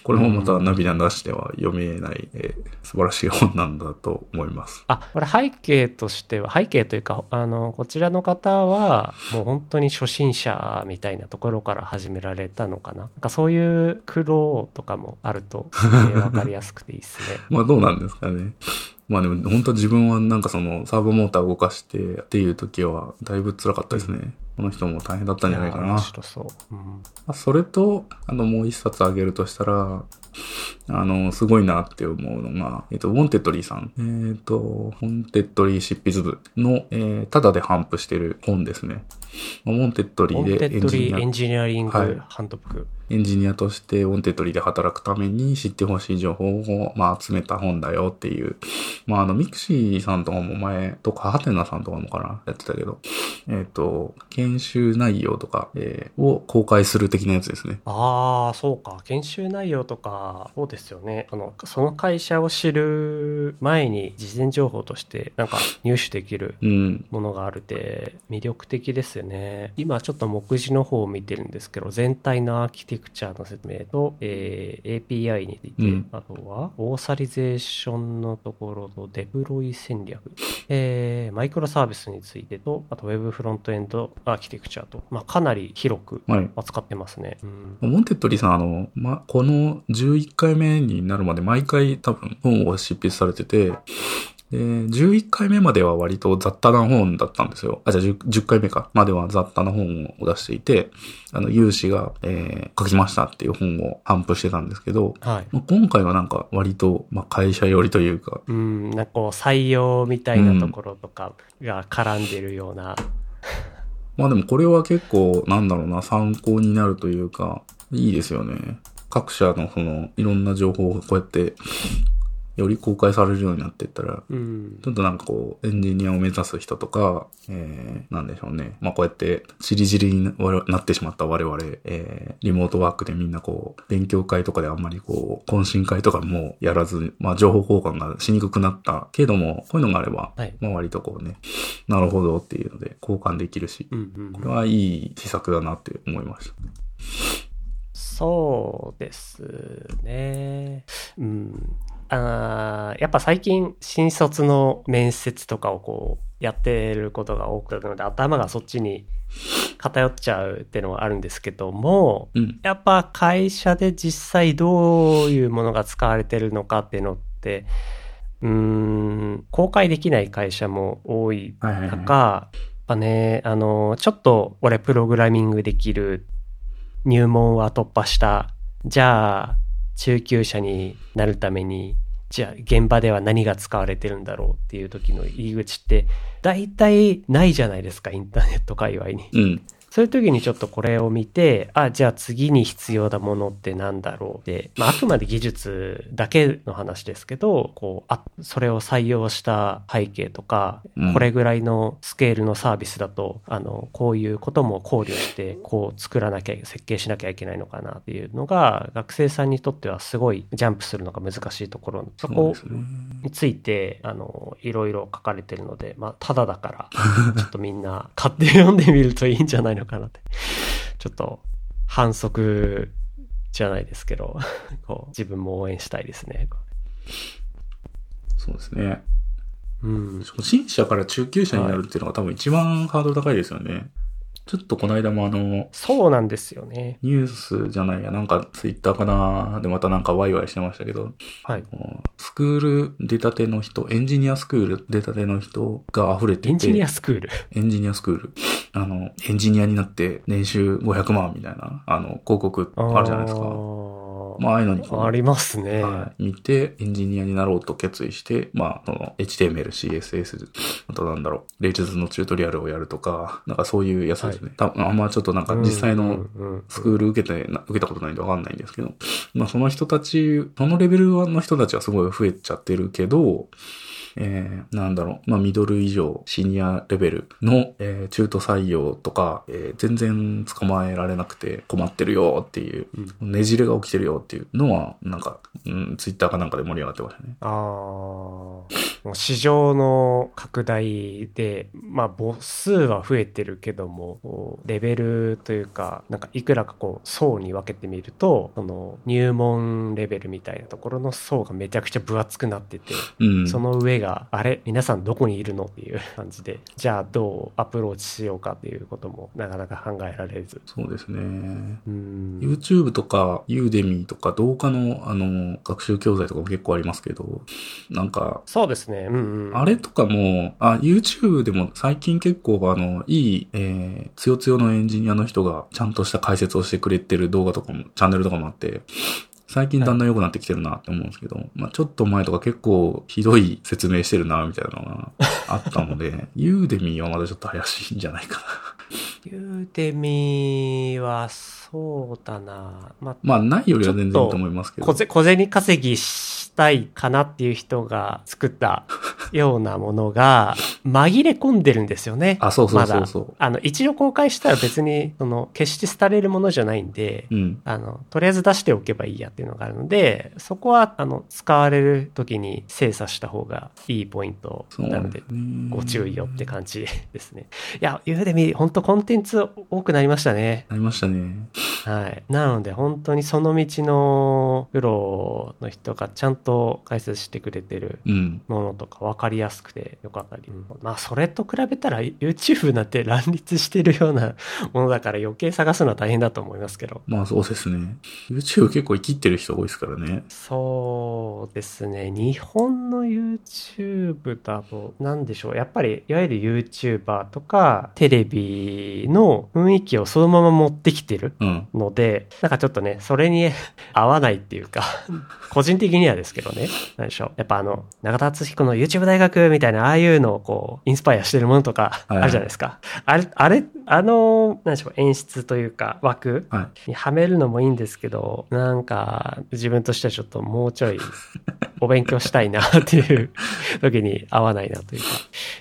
[SPEAKER 1] これもまた涙なしでは読めない、えー素晴らしい本なんだと思います。
[SPEAKER 2] あ、これ背景としては、背景というか、あの、こちらの方は、もう本当に初心者みたいなところから始められたのかな。なんかそういう苦労とかもあると、えーわかりやすくていいですね。
[SPEAKER 1] まあどうなんですかね。まあでも本当自分はなんかそのサーボモーター動かしてっていう時はだいぶ辛かったですね。この人も大変だったんじゃ ないか
[SPEAKER 2] いやー面
[SPEAKER 1] な。
[SPEAKER 2] 白そう。うん。
[SPEAKER 1] まあそれと、あの、もう一冊あげるとしたら、あの、すごいなって思うのが、えっ、と、ウォンテッドリーさん。えっ、と、ウォンテッドリー執筆部の、えー、ただで頒布してる本ですね。まあウォンテッドリ
[SPEAKER 2] オン
[SPEAKER 1] ー
[SPEAKER 2] テ
[SPEAKER 1] でエ
[SPEAKER 2] ッ
[SPEAKER 1] ン
[SPEAKER 2] ド
[SPEAKER 1] ジ
[SPEAKER 2] リ
[SPEAKER 1] ニア
[SPEAKER 2] ーエンジニアリング
[SPEAKER 1] はい
[SPEAKER 2] ハンドブック。
[SPEAKER 1] エンジニアとしてオンテッドリーで働くために知ってほしい情報を、まあ、集めた本だよっていう。まあ、あの、ミクシーさんとかも前とか、ハテナさんとかもかな、やってたけど、えっ、と、研修内容とか、えーを公開する的なやつですね。
[SPEAKER 2] ああ、そうか。研修内容とか、そうですよね。あの、その会社を知る前に、事前情報として、なんか入手できる
[SPEAKER 1] うん。
[SPEAKER 2] ものがあるって、魅力的ですよね。今、ちょっと目次の方を見てるんですけど、全体のアーキテクチャの説明と、えー API について、
[SPEAKER 1] うん
[SPEAKER 2] あとは、オーサリゼーションのところと、デプロイ戦略、えーマイクロサービスについてと、あと、ウェブフロントエンドアーキテクチャと、まあ、かなり広く
[SPEAKER 1] はい。
[SPEAKER 2] 扱ってますね。うん
[SPEAKER 1] モンテッドリーさん、あの、ま、この11回目になるまで毎回多分本を執筆されてて、で、11回目までは割と雑多な本だったんですよ。あ、じゃあ 10, 10回目か。までは雑多な本を出していて、あの、有志が、えー書きましたっていう本を頒布してたんですけど、
[SPEAKER 2] はい。
[SPEAKER 1] まあ今回はなんか割と、まあ、会社寄りというか、
[SPEAKER 2] うん、なんかこう採用みたいなところとかが絡んでるような。
[SPEAKER 1] まあでもこれは結構、なんだろうな、参考になるというか、いいですよね。各社のその、いろんな情報がこうやって、より公開されるようになっていったら、
[SPEAKER 2] うん
[SPEAKER 1] ち。ょっとなんかこう、エンジニアを目指す人とか、えー、なんでしょうね。まあこうやって、しりじりになってしまった我々、えー、リモートワークでみんなこう、勉強会とかであんまりこう、懇親会とかもやらず、まあ情報交換がしにくくなったけども、こういうのがあれば、
[SPEAKER 2] はい
[SPEAKER 1] まあ割とこうね、なるほどっていうので、交換できるし、
[SPEAKER 2] うんうん
[SPEAKER 1] これはいい施策だなって思いました。
[SPEAKER 2] そうですね。うん。あーやっぱ最近新卒の面接とかをこうやってることが多くなるので頭がそっちに偏っちゃうっていうのはあるんですけども、
[SPEAKER 1] うん。
[SPEAKER 2] やっぱ会社で実際どういうものが使われてるのかっていうのって、うーん、公開できない会社も多い
[SPEAKER 1] はいはいはい
[SPEAKER 2] 中、やっぱね、あの、ちょっと俺プログラミングできる、入門は突破した、じゃあ中級者になるために、じゃあ現場では何が使われてるんだろうっていう時の入り口って、大体ないじゃないですか、インターネット界隈に。
[SPEAKER 1] うん。
[SPEAKER 2] そういう時にちょっとこれを見て、あ、じゃあ次に必要なものってなんだろうって、まあ、あくまで技術だけの話ですけど、こう、あ、それを採用した背景とか、
[SPEAKER 1] うん
[SPEAKER 2] これぐらいのスケールのサービスだと、あの、こういうことも考慮して、こう作らなきゃ、設計しなきゃいけないのかなっていうのが、学生さんにとってはすごいジャンプするのが難しいところ、そこ
[SPEAKER 1] そうですね。
[SPEAKER 2] について、あの、いろいろ書かれてるので、まあ、ただだから、 ちょっとみんな買って読んでみるといいんじゃないのかなって。 ちょっと、反則じゃないですけど、 こう、自分も応援したいですね。
[SPEAKER 1] そうですね。
[SPEAKER 2] うん。
[SPEAKER 1] 初心者から中級者になるっていうのが多分一番ハードル高いですよね。ちょっとこの間もあの、
[SPEAKER 2] そうなんですよね。
[SPEAKER 1] ニュースじゃないや、なんかツイッターかなでまたなんかワイワイしてましたけど、
[SPEAKER 2] はい。
[SPEAKER 1] もうスクール出たての人、エンジニアスクール出たての人が溢れてて、
[SPEAKER 2] エンジニアスクール。
[SPEAKER 1] エンジニアスクール。あの、エンジニアになって年収500万みたいな、あの、広告あるじゃないですか。
[SPEAKER 2] あ
[SPEAKER 1] まあ、ああいうのにこう
[SPEAKER 2] ーありますね。
[SPEAKER 1] はい、見て、エンジニアになろうと決意して、まあ、その、HTML、CSS、あとなんだろう、レイチズのチュートリアルをやるとか、なんかそういうやつですね。多分あんまちょっとなんか
[SPEAKER 2] うん
[SPEAKER 1] 実際
[SPEAKER 2] う
[SPEAKER 1] の
[SPEAKER 2] んうん
[SPEAKER 1] スクール受けてな、受けたことないんでわかんないんですけど、まあその人たち、そのレベルの人たちはすごい増えちゃってるけど、えー、なんだろう、まあミドル以上、シニアレベルの、えー中途採用とか、えー全然捕まえられなくて困ってるよっていう、ねじれが起きてるよっていうのは、なんか、うん、ツイッターかなんかで盛り上がってましたね。
[SPEAKER 2] ああ、もう市場の拡大で、まあ母数は増えてるけども、こうレベルというか、なんかいくらかこう層に分けてみると、その入門レベルみたいなところの層がめちゃくちゃ分厚くなってて、
[SPEAKER 1] うん。
[SPEAKER 2] その上が、あれ皆さんどこにいるのっていう感じで、じゃあどうアプローチしようかっていうこともなかなか考えられず。
[SPEAKER 1] そうですね。
[SPEAKER 2] うーん。
[SPEAKER 1] YouTube とか Udemy とか動画のあの学習教材とかも結構ありますけど、なんか
[SPEAKER 2] そうですね。うんうん。
[SPEAKER 1] あれとかも、あ、YouTube でも最近結構あの、いい、えー、つよつよのエンジニアの人がちゃんとした解説をしてくれてる動画とかも、チャンネルとかもあって、最近だんだん良くなってきてるなって思うんですけど、まあちょっと前とか結構ひどい説明してるなみたいなのがあったの で、ユーデミーはまだちょっと怪しいんじゃない か
[SPEAKER 2] ユーデミはそうだな。まあ、
[SPEAKER 1] な。まあないよりは全然いいと思いますけど。
[SPEAKER 2] 小銭小銭稼ぎしたいかなっていう人が作ったようなも のが紛れ込んでるんですよね。
[SPEAKER 1] あ、そうそうそうそう。
[SPEAKER 2] まだ。あの、一度公開したら別に、その、決して廃れるものじゃないんで、
[SPEAKER 1] うん。
[SPEAKER 2] あの、とりあえず出しておけばいいやっていうのがあるので、そこは、あの、使われる時に精査した方がいいポイント
[SPEAKER 1] そう
[SPEAKER 2] な
[SPEAKER 1] な
[SPEAKER 2] の
[SPEAKER 1] ん
[SPEAKER 2] で
[SPEAKER 1] で、すね。
[SPEAKER 2] ご注意をって感じですね。いや、ゆうでみ、本当コンテンツ多くなりましたね。
[SPEAKER 1] なりましたね。
[SPEAKER 2] はい。なので、本当にその道のプロの人がちゃんと解説してくれてる
[SPEAKER 1] うん。
[SPEAKER 2] ものとか分かりやすくてよかったり、うんまあそれと比べたら YouTube なんて 乱立してるような ものだから余計探すのは大変だと思いますけど。
[SPEAKER 1] まあそうですね。YouTube 結構生きってる人多いですからね。
[SPEAKER 2] そうですね。日本の YouTube だと、なんでしょう。やっぱり、いわゆる YouTuber とか、テレビの雰囲気をそのまま持ってきてる
[SPEAKER 1] うん。
[SPEAKER 2] ので、なんかちょっとね、それに 合わないってい うか、個人的にはですけどね。なんでしょう。やっぱあの、長田敦彦の YouTube 大学みたいな、ああいうのをこう、インスパイアしてるものとか、
[SPEAKER 1] はいはい
[SPEAKER 2] あるじゃないですか。あれ、あれ、あの、なんでしょう、演出というか、枠
[SPEAKER 1] はい。
[SPEAKER 2] にはめるのもいいんですけど、なんか、自分としてはちょっともうちょい、お勉強したいなっていう時に合わないなというか。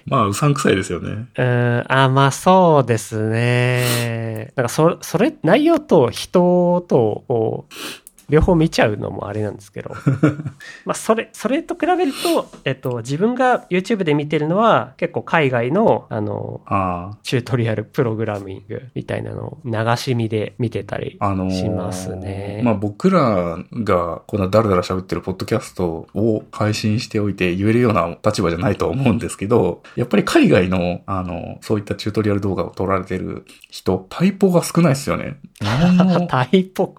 [SPEAKER 1] まあ、うさんくさいですよね。
[SPEAKER 2] うーん、あ、まあそうですね。なんかそ、それ、内容と人と、こう、両方見ちゃうのもあれなんです けど。まあそれ、それと比べると、えっと、自分が YouTube で見てるのは、結構海外の、あの、
[SPEAKER 1] あ
[SPEAKER 2] チュートリアルプログラミングみたいなのを流し見で見てたり
[SPEAKER 1] あ。あのー
[SPEAKER 2] しますね。
[SPEAKER 1] まあ僕らがこんなダラダラ喋ってるポッドキャストを配信しておいて言えるような立場じゃないとは思うんですけど、やっぱり海外の、あの、そういったチュートリアル動画を撮られてる人、タイポが少ないですよね。日本の
[SPEAKER 2] タイポ、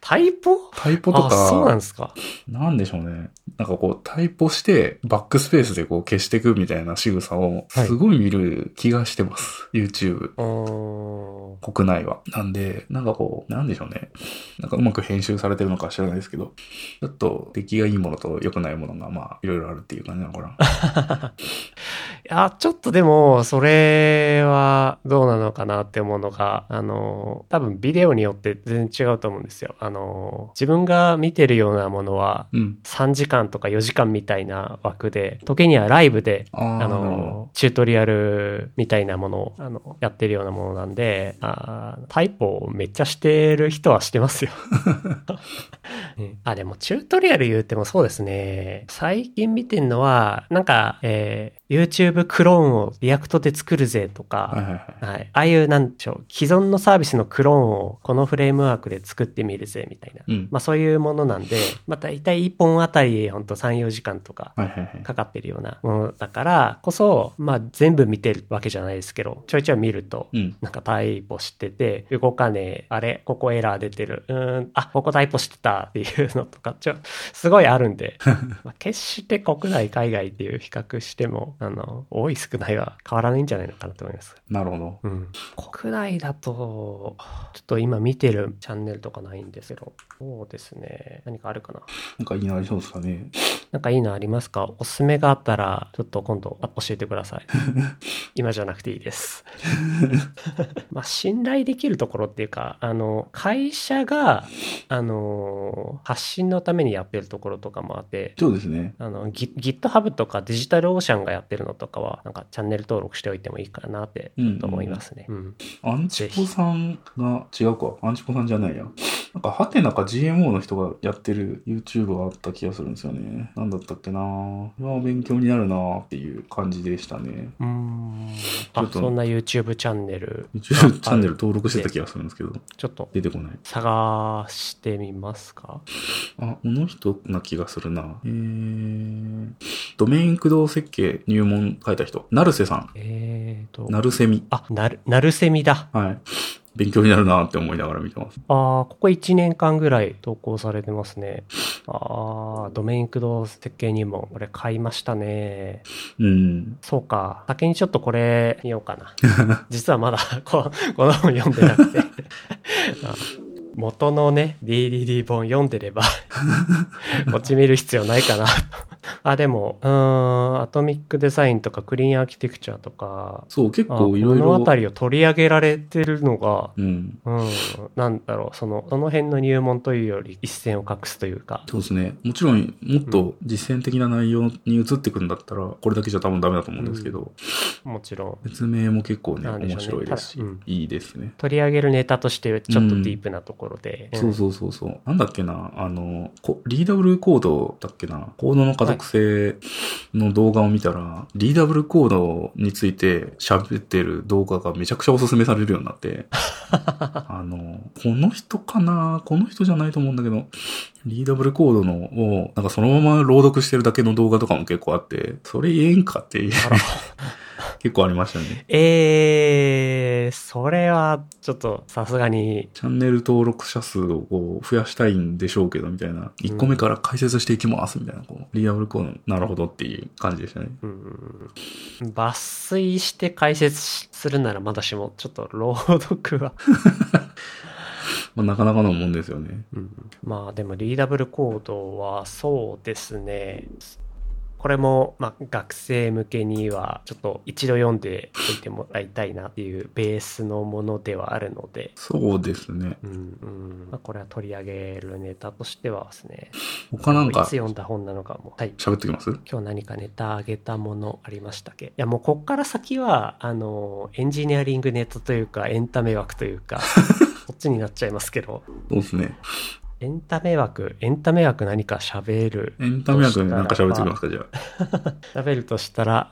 [SPEAKER 2] タイポ
[SPEAKER 1] タイポと
[SPEAKER 2] あ、そうなん
[SPEAKER 1] か
[SPEAKER 2] で、すか。
[SPEAKER 1] なんでしょうね。なんかこう、タイポして、バックスペースでこう消していくみたいな仕草を、
[SPEAKER 2] はい
[SPEAKER 1] すごい見る気がしてます。YouTube。
[SPEAKER 2] うーん。
[SPEAKER 1] 国内は。なんで、なんかこう、なんでしょうね。なんかうまく編集されてるのか知らないですけど、ちょっと出来がいいものと良くないものが、まあ、いろいろあるっていう感じなのかな。
[SPEAKER 2] いや、ちょっとでも、それはどうなのかなって思うのが、あの、多分ビデオによって全然違うと思うんですよ。あの、自分が見てるようなものは、
[SPEAKER 1] うん。
[SPEAKER 2] 3時間とか4時間みたいな枠で、時にはライブで、
[SPEAKER 1] あー
[SPEAKER 2] あの、チュートリアルみたいなものを、あの、やってるようなものなんで、あータイプをめっちゃしてる人はしてますよ。ね あ、でもチュートリアル言うてもそうですね。最近見てんのは、なんか、えー YouTube クローンをリアクトで作るぜとか、
[SPEAKER 1] はいはいはい。
[SPEAKER 2] はい。ああいう、なんでしょう、既存のサービスのクローンをこのフレームワークで作ってみるぜ、みたいな。
[SPEAKER 1] うん
[SPEAKER 2] まあそういうものなんで、まあ大体1本あたりほんと3、4時間とか
[SPEAKER 1] はいはいはい。
[SPEAKER 2] かかってるようなものだからこそ、まあ全部見てるわけじゃないですけど、ちょいちょい見ると、
[SPEAKER 1] うん。
[SPEAKER 2] なんかタイプしてて、動かねえ、あれ、ここエラー出てる、うーん、あ、ここタイプしてたっていうのとか、ちょ、すごいあるんで、まあ決して国内、海外っていう比較しても、あの、多い少ないは変わらないんじゃないのかなと思います。
[SPEAKER 1] なるほど。
[SPEAKER 2] うん、国内だと、ちょっと今見てるチャンネルとかないんですけど、そうですね。何かあるかな
[SPEAKER 1] なんかいいなりそうですかね。
[SPEAKER 2] なんかいいのありますかおすすめがあったら、ちょっと今度あ教えてくだ さい。今じゃなくていいです。 まあ、信頼できるところっていうか、あの、会社が、あの、発信のためにやってるところとかもあって、
[SPEAKER 1] そうですね。
[SPEAKER 2] あの、Git- GitHub とかデジタルオーシャンがやってるのとかは、なんかチャンネル登録しておいてもいいかなって、ちょっと思いますね。うん
[SPEAKER 1] アンチポさんが、違うか。アンチポさんじゃないや。なんか、ハテナか GMO の人がやってる YouTube があった気がするんですよね。なんだったっけなぁ。まあ、勉強になるなぁっていう感じでしたね。
[SPEAKER 2] うーん
[SPEAKER 1] ちょ
[SPEAKER 2] あ
[SPEAKER 1] っと
[SPEAKER 2] そんな YouTube チャンネル
[SPEAKER 1] YouTube チャンネル登録してた気がするんですけど、
[SPEAKER 2] ちょっと
[SPEAKER 1] 出てこない。
[SPEAKER 2] 探してみますか
[SPEAKER 1] あ、この人な気がするな。えー、ドメイン駆動設計入門書いた人。成瀬さん。
[SPEAKER 2] えーと
[SPEAKER 1] 成瀬み。
[SPEAKER 2] あなるなるせみだ
[SPEAKER 1] はい。勉強になるなって思いながら見てます。
[SPEAKER 2] あーここ1年間ぐらい投稿されてますねあードメイン駆動設計にもこれ買いましたね
[SPEAKER 1] うん。
[SPEAKER 2] そうか先にちょっとこれ見よう かな実はまだここの本読んでなくてあ元のね DDD 本読ん でればこっち見る必要ないかな。あ、でも、うーん、アトミックデザインとかクリーンアーキテクチャとか、
[SPEAKER 1] そう、結
[SPEAKER 2] あ
[SPEAKER 1] 構いろい
[SPEAKER 2] この
[SPEAKER 1] ろ。
[SPEAKER 2] 辺りを取り上げられてるのが、
[SPEAKER 1] うん。
[SPEAKER 2] うん、なんだろう、その、その辺の入門というより一線を画すというか。
[SPEAKER 1] そうですね。もちろん、もっと実践的な内容に移ってくんだったら、これだけじゃ多分ダメだと思うんですけど、
[SPEAKER 2] もちろん。
[SPEAKER 1] 説明も結構ね、
[SPEAKER 2] なんでしょ
[SPEAKER 1] 面
[SPEAKER 2] うね
[SPEAKER 1] 白いですし、
[SPEAKER 2] ただうん
[SPEAKER 1] いいですね。
[SPEAKER 2] 取り上げるネタとしてちょっとディープなところで。
[SPEAKER 1] そう
[SPEAKER 2] う
[SPEAKER 1] そうそうそう。なんだっけな、あの、の、こリーダブルコードだっけな、コードの家族性の動画を見たら、リーダブルコードについて喋ってる動画がめちゃくちゃおすすめされるようにな って、あの、この人かなこの人じゃないと思うんだけど、リーダブルコードのを、なんかそのまま朗読してるだけの動画とかも結構あって、それ言えんかっていう、
[SPEAKER 2] あら
[SPEAKER 1] 結構ありましたね。
[SPEAKER 2] えー、それはちょっとさすがに、
[SPEAKER 1] チャンネル登録者数をこう増やしたいんでしょうけど、みたいな。1個目から解説していきます、みたいな。こうリーダブルコード、なるほどっていう感じでしたね。
[SPEAKER 2] うん、抜粋して解説しするならまだしも、ちょっと朗読は。
[SPEAKER 1] まあ、なかなかのもんですよね。
[SPEAKER 2] うんまあでもリーダブルコードはそうですね。これも、まあ、学生向けにはちょっと一度読んでおいてもらいたいなっていうベースのものではあるので、
[SPEAKER 1] そうですね。
[SPEAKER 2] うんうんまあ、これは取り上げるネタとしてはですね、
[SPEAKER 1] 他なん
[SPEAKER 2] い
[SPEAKER 1] か
[SPEAKER 2] つ読んだ本なのかも。はい。
[SPEAKER 1] 喋ってきます
[SPEAKER 2] 今日何かネタあげたものありましたっけいやもうこっから先は、あの、エンジニアリングネタというか、エンタメ枠 というか、そっちになっちゃいますけど、
[SPEAKER 1] そうですね。
[SPEAKER 2] エンタメ枠、エンタメ枠何か喋る。
[SPEAKER 1] エンタメ役でなんか喋ってきますか、じゃあ。
[SPEAKER 2] 喋るとしたら、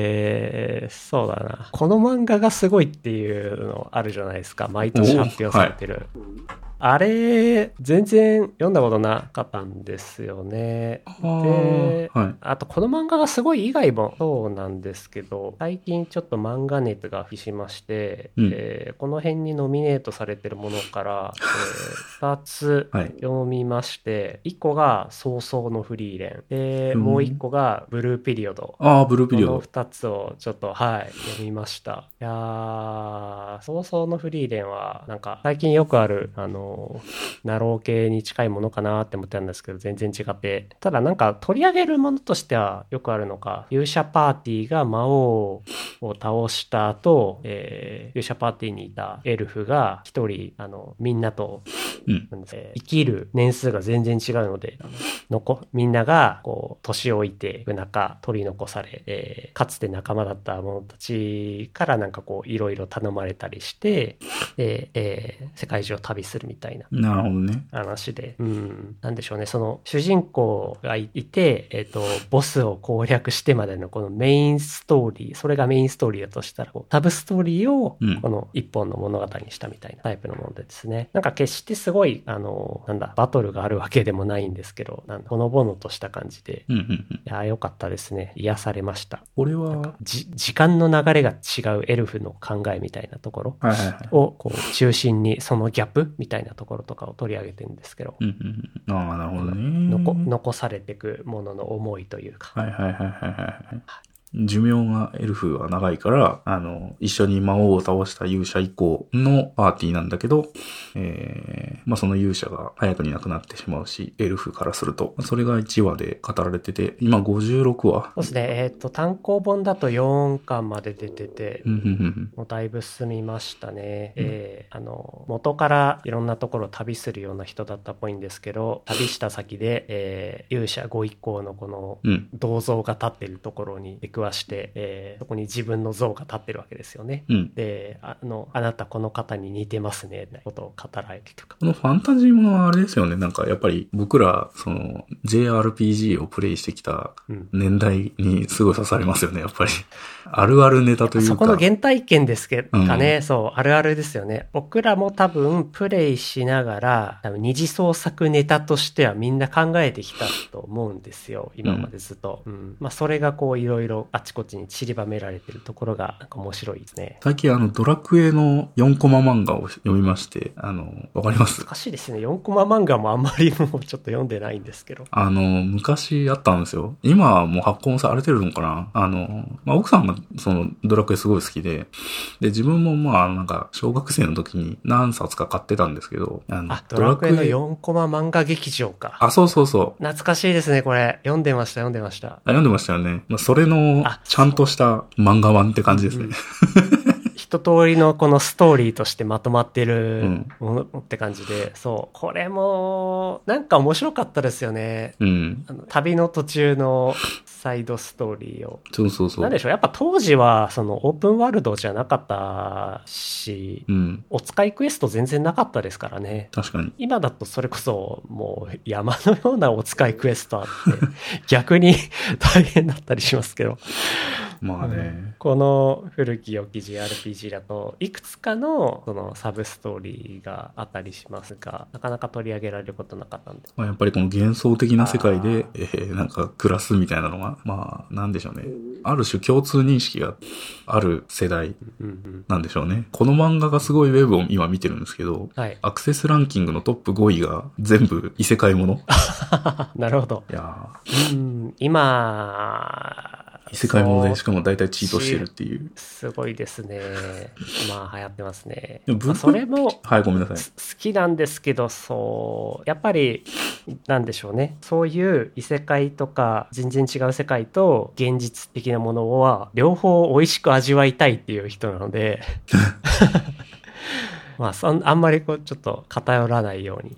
[SPEAKER 2] えー、そうだな。この漫画がすごいっていうのあるじゃないですか。毎年発表されてる。あれ、全然読んだことなかったんですよね。
[SPEAKER 1] あ
[SPEAKER 2] で
[SPEAKER 1] ーはい。
[SPEAKER 2] あと、この漫画がすごい以外もそうなんですけど、最近ちょっと漫画熱が吹きしまして、
[SPEAKER 1] うん
[SPEAKER 2] えーこの辺にノミネートされてるものから、え2つ
[SPEAKER 1] はい
[SPEAKER 2] 読みまして、1個が早々のフリーレン、で、
[SPEAKER 1] うん
[SPEAKER 2] もう1個がブルーピリオド。
[SPEAKER 1] ああ、ブルーピリオ
[SPEAKER 2] この
[SPEAKER 1] ド。
[SPEAKER 2] 2つをちょっと、はい、読みました。いやー、早々のフリーレンは、なんか、最近よくある、あの、ナロー系に近いものかなって思ってたんですけど、全然違って。ただ、なんか、取り上げるものとしてはよくあるのか、勇者パーティーが魔王を倒した後、えー勇者パーティーにいたエルフが、一人、あの、みんなと
[SPEAKER 1] うん。
[SPEAKER 2] なんですね生きる年数が全然違うので、あの残みんなが、こう、年老いていく中、取り残され、えーかつて仲間だった者たちからなんかこう、いろいろ頼まれたりして、でえー世界中を旅するみたいな
[SPEAKER 1] なるほどね。
[SPEAKER 2] 話で、うん、なんでしょうね、その主人公がいいて、えっ、と、ボスを攻略してまでのこのメインストーリー、それがメインストーリーだとしたら、こうサブストーリーを
[SPEAKER 1] うん
[SPEAKER 2] この一本の物語にしたみたいなタイプのものでですね、なんか決してすごい、あの、なんだ、バトルがあるわけでもないんですけど、なんだほのぼのとした感じで、
[SPEAKER 1] うんうんうん。
[SPEAKER 2] いやー、良かったですね。癒されました。
[SPEAKER 1] これは、は
[SPEAKER 2] じ、時間の流れが違うエルフの考えみたいなところ。
[SPEAKER 1] いはいはい。
[SPEAKER 2] をこう中心にそのギャップみたいなところとかを取り上げてるんですけど、
[SPEAKER 1] うんうんうん。ああ、なるほどね。
[SPEAKER 2] 残残されていくものの思いというか、
[SPEAKER 1] はいはいはいはいはいはい。寿命がエルフは長いから、あの、一緒に魔王を倒した勇者以降のパーティーなんだけど、えー、まあその勇者が早くに亡くなってしまうし、エルフからすると、それが1話で語られてて、今56話。
[SPEAKER 2] そうですねえっ、と単行本だと4巻まで出てて、
[SPEAKER 1] うんうんうん
[SPEAKER 2] もうだいぶ進みましたね、えーあの元からいろんなところを旅するような人だったっぽいんですけど旅した先で、えー勇者ご一行のこの
[SPEAKER 1] うん。うん。
[SPEAKER 2] 銅像が立ってるところに出くわして、えーそこに自分の像が立ってるわけですよね
[SPEAKER 1] うん。
[SPEAKER 2] で、あの、あなたこの方に似てますね、みたいなことを語られてとか。
[SPEAKER 1] このファンタジーものはあれですよね。なんかやっぱり僕ら、その JRPG をプレイしてきた
[SPEAKER 2] うん。
[SPEAKER 1] 年代にすごい刺されますよね、やっぱり。あるあるネタというか。
[SPEAKER 2] そこの原体験ですけ
[SPEAKER 1] うん
[SPEAKER 2] かね、そう、あるあるですよね。僕らも多分、プレイしながら、多分二次創作ネタとしてはみんな考えてきたと思うんですよ、今までずっと。うん。まあ、それがこう、いろいろあちこちに散りばめられてるところが、なんか面白いですね。
[SPEAKER 1] 最近あの、ドラクエの4コマ漫画を読みまして、あの、わかります
[SPEAKER 2] 難しいですね。4コマ漫画もあんまりもうちょっと読んでないんですけど。
[SPEAKER 1] あの、昔あったんですよ。今はもう発行もされてるのかなあの、まあ、奥さんがそのドラクエすごい好きで、で、自分もまあなんか小学生の時に何冊か買ってたんですけど、あの
[SPEAKER 2] あ、ドラクエの4コマ漫画劇場か。
[SPEAKER 1] あ、そうそうそう。
[SPEAKER 2] 懐かしいですね、これ。読んでました、読んでました
[SPEAKER 1] あ。読んでましたよね。まあ、それの
[SPEAKER 2] あ、
[SPEAKER 1] ちゃんとした漫画版って感じですね。
[SPEAKER 2] うん一一通りのこのストーリーとしてまとまって
[SPEAKER 1] う
[SPEAKER 2] る
[SPEAKER 1] ん
[SPEAKER 2] ものって感じで、そう、これも、なんか面白かったですよね。
[SPEAKER 1] うん。
[SPEAKER 2] あの旅の途中のサイドストーリーを。
[SPEAKER 1] そうそうそう。
[SPEAKER 2] なんでしょう、やっぱ当時は、そのオープンワールドじゃなかったし、
[SPEAKER 1] うん。
[SPEAKER 2] お使いクエスト全然なかったですからね。
[SPEAKER 1] 確かに。
[SPEAKER 2] 今だとそれこそもう山のようなお使いクエス トあって逆に大変だったりしますけど
[SPEAKER 1] まあね。
[SPEAKER 2] この古き良き JRPG だといくつかのそのサブストーリーがあったりしますがなかなか取り上げられることなかったんで
[SPEAKER 1] まあ、やっぱりこの幻想的な世界で
[SPEAKER 2] あ、
[SPEAKER 1] えーなんか暮らすみたいなのが、まあ、なんでしょうね。ある種共通認識がある世代
[SPEAKER 2] うんうん
[SPEAKER 1] なんでしょうね。この漫画がすごいウェブを今見てるんですけど、
[SPEAKER 2] はい
[SPEAKER 1] アクセスランキングのトップ5位が全部異世界もの。
[SPEAKER 2] あなるほど
[SPEAKER 1] いや
[SPEAKER 2] うん 今
[SPEAKER 1] ー異世界もので、し
[SPEAKER 2] そう
[SPEAKER 1] かも大体チートしてるっていう。
[SPEAKER 2] すごいですねまあ流行ってますね
[SPEAKER 1] でもブ
[SPEAKER 2] まあそれも
[SPEAKER 1] はい、ごめんなさい。
[SPEAKER 2] す好きなんですけどそうやっぱりなんでしょうねそういう異世界とか全然違う世界と現実的なものは両方美味しく味わいたいっていう人なのでまあそんあんまりこうちょっと偏らないように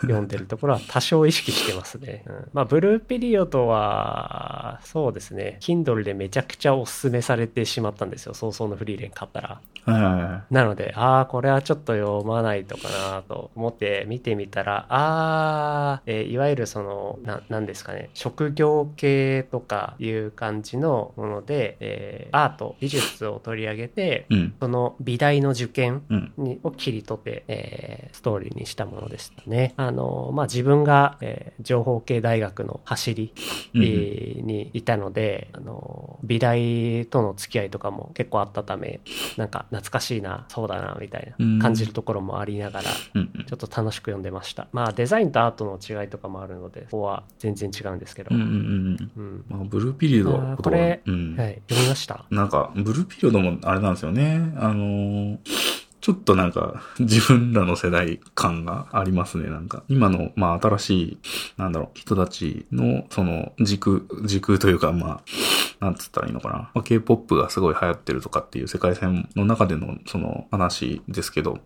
[SPEAKER 2] 読んでるところは多少意識してますね、うんまあブルーピリオドはそうですね Kindle でめちゃくちゃおすすめされてしまったんですよ早々のフリーレン買ったら
[SPEAKER 1] はいはいはい。
[SPEAKER 2] なので、ああ、これはちょっと読まないとかなと思って見てみたら、ああ、えーいわゆるその、な、なんですかね、職業系とかいう感じのもので、えーアート、美術を取り上げて、
[SPEAKER 1] うん。
[SPEAKER 2] その美大の受験
[SPEAKER 1] うん。
[SPEAKER 2] にを切り取って、えーストーリーにしたものでしたね。あの、まあ、自分が、えー情報系大学の走り、
[SPEAKER 1] うん
[SPEAKER 2] えーにいたので、あの、美大との付き合いとかも結構あったため、なんか懐かしいな、そうだな、みたい
[SPEAKER 1] うん
[SPEAKER 2] な感じるところもありながら、
[SPEAKER 1] うん
[SPEAKER 2] ちょっと楽しく読んでました。まあ、デザインとアートの違いとかもあるので、ここは全然違うんですけど。
[SPEAKER 1] うん。うんうんうんうん。
[SPEAKER 2] うん
[SPEAKER 1] まあ、ブルーピリオドのこと
[SPEAKER 2] あーこ
[SPEAKER 1] は
[SPEAKER 2] れ、
[SPEAKER 1] うん。
[SPEAKER 2] はい、読みました。
[SPEAKER 1] なんか、ブルーピリオドもあれなんですよね。あのーちょっとなんか、自分らの世代感がありますね、なんか。今の、まあ、新しい、なんだろう、人たちの、その、軸、軸というか、まあ、なんつったらいいのかな。まあ、K-POP がすごい流行ってるとかっていう世界線の中での、その、話ですけど、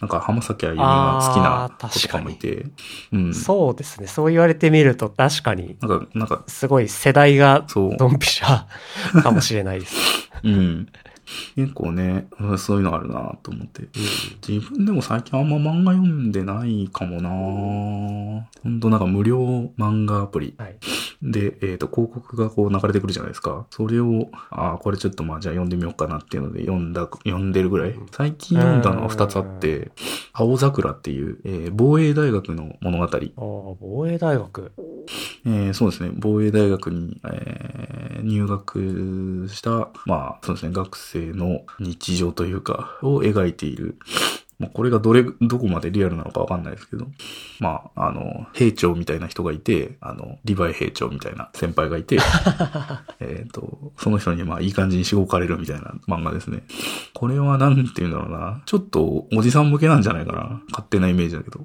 [SPEAKER 1] なんか、浜崎あゆみが好きな
[SPEAKER 2] あー
[SPEAKER 1] 子とかもいて、うん。
[SPEAKER 2] そうですね、そう言われてみると確かに、
[SPEAKER 1] なんか、なんか、
[SPEAKER 2] すごい世代が
[SPEAKER 1] そう。
[SPEAKER 2] ドンピシャかもしれないです。
[SPEAKER 1] うん。結構ね、うんそういうのあるなと思って。自分でも最近あんま漫画読んでないかもなほんとなんか無料漫画アプリ
[SPEAKER 2] はい。
[SPEAKER 1] で、えっ、と、広告がこう流れてくるじゃないですか。それを、ああ、これちょっとまあじゃあ読んでみようかなっていうので読んだ、読んでるぐらい。最近読んだのが2つあって、青桜っていう、えー防衛大学の物語。
[SPEAKER 2] あー防衛大学。
[SPEAKER 1] えーそうですね、防衛大学に、えー入学した、まあ、そうですね、学生の日常というか、を描いている。まあ、これがどれ、どこまでリアルなのかわかんないですけど、まあ、あの、兵長みたいな人がいて、あの、リヴァイ兵長みたいな先輩がいて、えっと、その人に、まあ、いい感じにしごかれるみたいな漫画ですね。これは、なんていうんだろうな、ちょっと、おじさん向けなんじゃないかな。勝手なイメージだけど。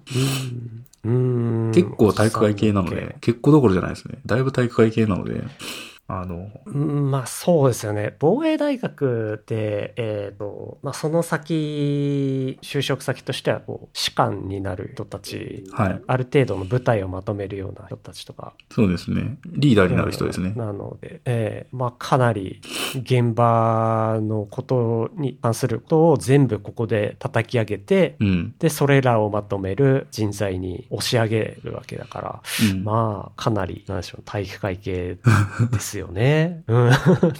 [SPEAKER 2] うん
[SPEAKER 1] 結構体育会系なので、。結構どころじゃないですね。だいぶ体育会系なので、あの、
[SPEAKER 2] うんまあそうですよね。防衛大学で、えっ、と、まあその先、就職先としては、こう、士官になる人たち、
[SPEAKER 1] はい。
[SPEAKER 2] ある程度の舞台をまとめるような人たちとか、
[SPEAKER 1] そうですね。リーダーになる人ですね。
[SPEAKER 2] なので、ええまあかなり現場のことに関することを全部ここで叩き上げて、
[SPEAKER 1] うん。
[SPEAKER 2] で、それらをまとめる人材に押し上げるわけだから、
[SPEAKER 1] うん
[SPEAKER 2] まあ、かなり、なんでしょう、体育会系ですよ ね。うん。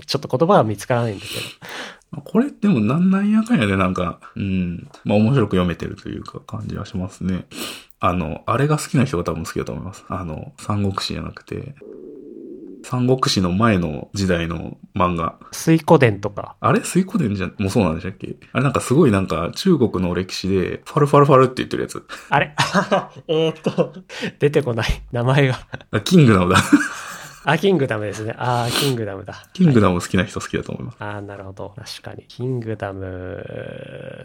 [SPEAKER 2] ちょっと言葉は見つからないんだけ
[SPEAKER 1] これ、でも、なんなんやかんやで、なんか、うん。まあ、面白く読めてるというか、感じはしますね。あの、あれが好きな人が多分好きだと思います。あの、三国志じゃなくて、三国志の前の時代の漫画。
[SPEAKER 2] ど。水湖伝とか。
[SPEAKER 1] あれ水古伝じゃ、もうそうなんでしたっけあれなんかすごいなんか中国の歴史で、ファルファルファルって言ってるやつ。
[SPEAKER 2] あれえーっと、出てこない。名前が。
[SPEAKER 1] あ、キングダムだ。
[SPEAKER 2] あ、キングダムですね。あー、キングダムだ。
[SPEAKER 1] キングダム好きな人好きだと思います。
[SPEAKER 2] ああ、なるほど。確かに。キングダム、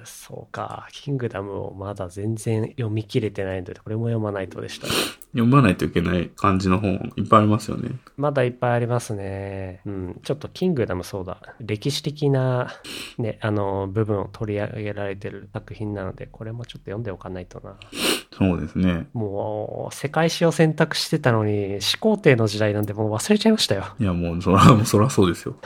[SPEAKER 2] そうか。キングダムをまだ全然読み切れてないので、これも読まないとでしたね。
[SPEAKER 1] 読まないといけない感じの本いっぱいありますよね。
[SPEAKER 2] まだいっぱいありますね。うん。ちょっとキングダムそうだ。歴史的な、ね、あの、部分を取り上げられてる作品なので、これもちょっと読んでおかないとな。
[SPEAKER 1] そうですね。
[SPEAKER 2] もう、世界史を選択してたのに、始皇帝の時代なんてもう忘れちゃいましたよ。
[SPEAKER 1] いや、もう、そら、もうそらそうですよ。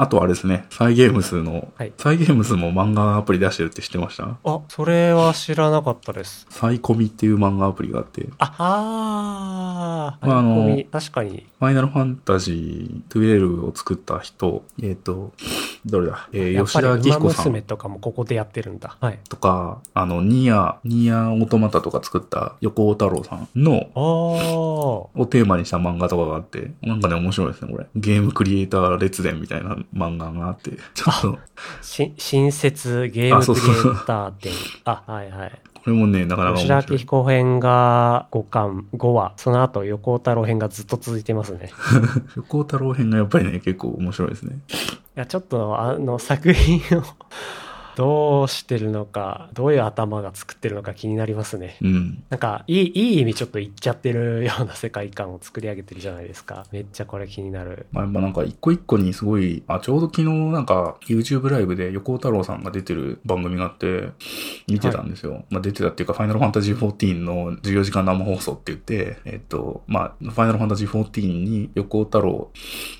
[SPEAKER 1] あとあれですね、サイゲームスの、
[SPEAKER 2] はい
[SPEAKER 1] サイゲームスも漫画アプリ出してるって知ってました
[SPEAKER 2] あ、それは知らなかったです。
[SPEAKER 1] サイコミっていう漫画アプリがあって、フ
[SPEAKER 2] ああー、
[SPEAKER 1] まああの
[SPEAKER 2] 込み確かに。
[SPEAKER 1] ァイナルファンタジー12を作った人、えっ、と、どれだ、え
[SPEAKER 2] や
[SPEAKER 1] ー、
[SPEAKER 2] っ
[SPEAKER 1] 吉
[SPEAKER 2] ぱり
[SPEAKER 1] 田義
[SPEAKER 2] 馬
[SPEAKER 1] 彦さ
[SPEAKER 2] 娘
[SPEAKER 1] ん
[SPEAKER 2] とかもここでやってるんだ。はい。
[SPEAKER 1] とか、あの、ニア、ニアオートマタとか作った横尾太郎さんの、
[SPEAKER 2] ああ、
[SPEAKER 1] をテーマにした漫画とかがあって、なんかね、面白いですね、これ。ゲームクリエイター列伝みたいな漫画があって、ちょっと、
[SPEAKER 2] し新設ゲーム
[SPEAKER 1] あ
[SPEAKER 2] ク
[SPEAKER 1] そうそう
[SPEAKER 2] リエイター展。あ、はいはい。
[SPEAKER 1] これもね、なかなか面
[SPEAKER 2] 吉田
[SPEAKER 1] 白
[SPEAKER 2] 明
[SPEAKER 1] い。
[SPEAKER 2] 彦編が5巻、5話、その後横尾太郎編がずっと続いてますね。
[SPEAKER 1] 横尾太郎編がやっぱりね、結構面白いですね。
[SPEAKER 2] いや、ちょっとあの作品を どうしてるのか、どういう頭が作ってるのか気になりますね。
[SPEAKER 1] うん。
[SPEAKER 2] なんか、いい、いい意味ちょっと言っちゃってるような世界観を作り上げてるじゃないですか。めっちゃこれ気になる。
[SPEAKER 1] まあ、やっぱなんか一個一個にすごい、あ、ちょうど昨日なんか YouTube ライブで横尾太郎さんが出てる番組があって、見てたんですよ。まあ出てたっていうか、ファイナルファンタジー14の14時間生放送って言って、えっと、まあ、ファイナルファンタジー14に横尾太郎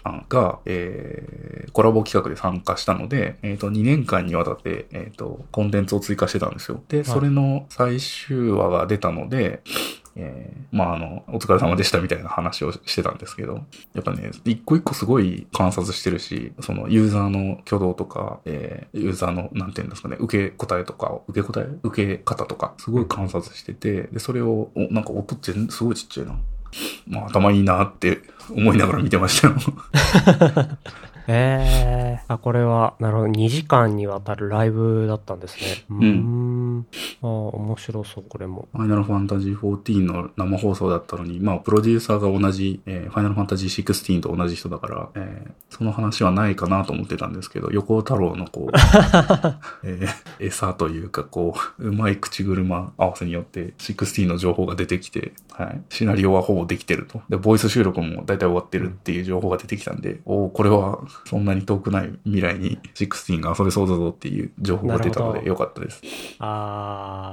[SPEAKER 1] さんが、えー、コラボ企画で参加したので、えっと、2年間にわたって、えっと、コンテンツを追加してたんですよ。で、それの最終話が出たので、えーまあ、あの、お疲れ様でしたみたいな話をしてたんですけど、やっぱね、一個一個すごい観察してるし、そのユーザーの挙動とか、えーユーザーの、なんていうんですかね、受け答えとかを、受け答え受け方とか、すごい観察してて、で、それを、おなんか音ってすごいちっちゃいな。まあ、頭いいなって思いながら見てましたよ。
[SPEAKER 2] ええあ、これは、なるほど。2時間にわたるライブだったんですね。うーん。ああ、面白そう、これも。
[SPEAKER 1] ファイナルファンタジー14の生放送だったのに、まあ、プロデューサーが同じ、えーファイナルファンタジー16と同じ人だから、えーその話はないかなと思ってたんですけど、横尾太郎の こう、えー餌というか、こう、うまい口車合わせによって、16の情報が出てきて、はい。シナリオはほぼできてると。で、ボイス収録も大体終わってるっていう情報が出てきたんで、おおこれはそんなに遠くない未来に16が遊べそうだぞっていう情報が出たの
[SPEAKER 2] なるほ
[SPEAKER 1] で、
[SPEAKER 2] ど
[SPEAKER 1] よかったです。
[SPEAKER 2] あ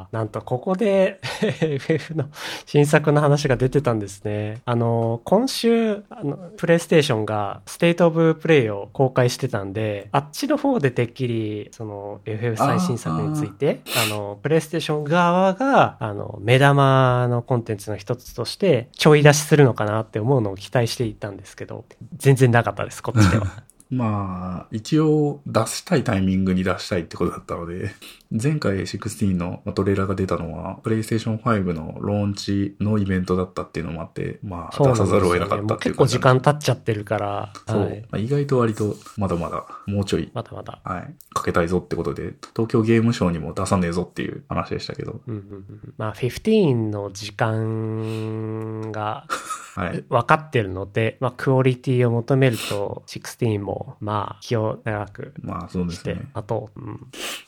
[SPEAKER 2] あ、なんと、ここで、FF の 新作の話が出てたんですね。あの、今週、あの、プレイステーションが、ステートオブプレイを公開してたんで、あっちの方でてっきり、その、FF 最新作について、あの、プレイステーション側が、あの、目玉のコンテンツの一つとして、ちょい出しするのかなって思うのを期待していたんですけど、全然なかったです、こっちでは。
[SPEAKER 1] まあ、一応出したいタイミングに出したいってことだったので、前回16のトレーラーが出たのは、PlayStation 5のローンチのイベントだったっていうのもあって、ま あ、
[SPEAKER 2] そうなん
[SPEAKER 1] 出
[SPEAKER 2] ですよ
[SPEAKER 1] さ
[SPEAKER 2] ね
[SPEAKER 1] ざるを得なかった
[SPEAKER 2] もう
[SPEAKER 1] ってい
[SPEAKER 2] 結
[SPEAKER 1] う感
[SPEAKER 2] 構
[SPEAKER 1] じ
[SPEAKER 2] 時
[SPEAKER 1] なん
[SPEAKER 2] 間経っちゃってるから、
[SPEAKER 1] ですそう、
[SPEAKER 2] はい
[SPEAKER 1] まあ意外と割と、まだまだ、もうちょい、
[SPEAKER 2] まだまだ。
[SPEAKER 1] はい、かけたいぞってことで、東京ゲームショウにも出さねえぞっていう話でしたけど、
[SPEAKER 2] うんうんうんまあ、15の時間が
[SPEAKER 1] はい。
[SPEAKER 2] 分かってるので、 まあ、クオリティを求めると、16も、まあ、気を長く
[SPEAKER 1] まあ、そうで
[SPEAKER 2] し
[SPEAKER 1] す
[SPEAKER 2] て
[SPEAKER 1] ね、。
[SPEAKER 2] あと、うん、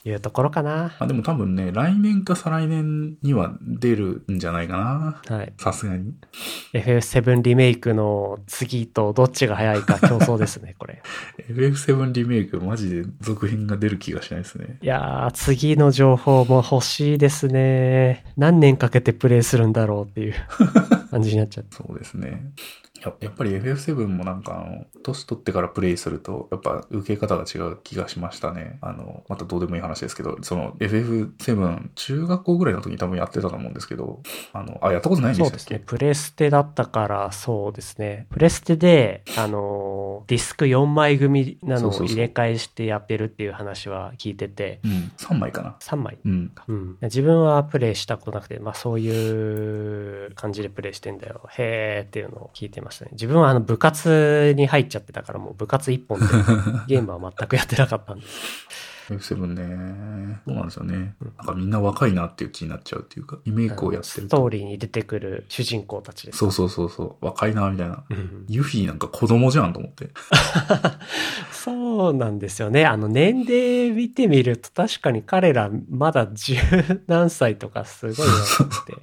[SPEAKER 2] いうところかな。
[SPEAKER 1] まあ、でも多分ね、来年か再来年には出るんじゃないかな。
[SPEAKER 2] はい。
[SPEAKER 1] さすがに。
[SPEAKER 2] FF7 リメイクの次とどっちが早いか競 争ですね、これ。
[SPEAKER 1] FF7 リメイク、マジで続編が出る気がしないですね。
[SPEAKER 2] いやー、次の情報も欲しいですね。何年かけてプレイするんだろうっていう感じになっちゃって。
[SPEAKER 1] そうですね。ややっぱり FF7 もなんかあの、年取ってからプレイすると、やっぱ受け方が違う気がしましたね。あの、またどうでもいい話ですけど、その FF7、中学校ぐらいの時に多分やってたと思うんですけど、あの、あ、やったことないんで
[SPEAKER 2] そう
[SPEAKER 1] した
[SPEAKER 2] で
[SPEAKER 1] っ
[SPEAKER 2] す
[SPEAKER 1] け
[SPEAKER 2] ね。プレステだったから、そうですね。プレステで、あのーディスク4枚組な
[SPEAKER 1] そ
[SPEAKER 2] の
[SPEAKER 1] うそ
[SPEAKER 2] を
[SPEAKER 1] うそう
[SPEAKER 2] 入れ替えしてやってるっていう話は聞いてて、
[SPEAKER 1] うん、3枚かな。
[SPEAKER 2] 3枚。
[SPEAKER 1] うん。
[SPEAKER 2] うん、自分はプレイしたことなくて、まあそういう感じでプレイしてんだよ。へーっていうのを聞いてましたね。自分はあの 部活に入っちゃってたからもう部活一本でゲームは全くやってなかったんです。
[SPEAKER 1] F7 ね。そうなんですよね。なんかみんな若いなっていう気になっちゃうっていうか、リメイクをやって
[SPEAKER 2] ス
[SPEAKER 1] る
[SPEAKER 2] ト
[SPEAKER 1] と。
[SPEAKER 2] ーリーに出てくる主人公たちです。
[SPEAKER 1] そうそうそうそう。若いな、みたいな。
[SPEAKER 2] うん
[SPEAKER 1] ユフィなんか子供じゃんと思って。
[SPEAKER 2] そうなんですよね。あの、年齢見てみると、確かに彼らまだ十何歳とかすごいなって。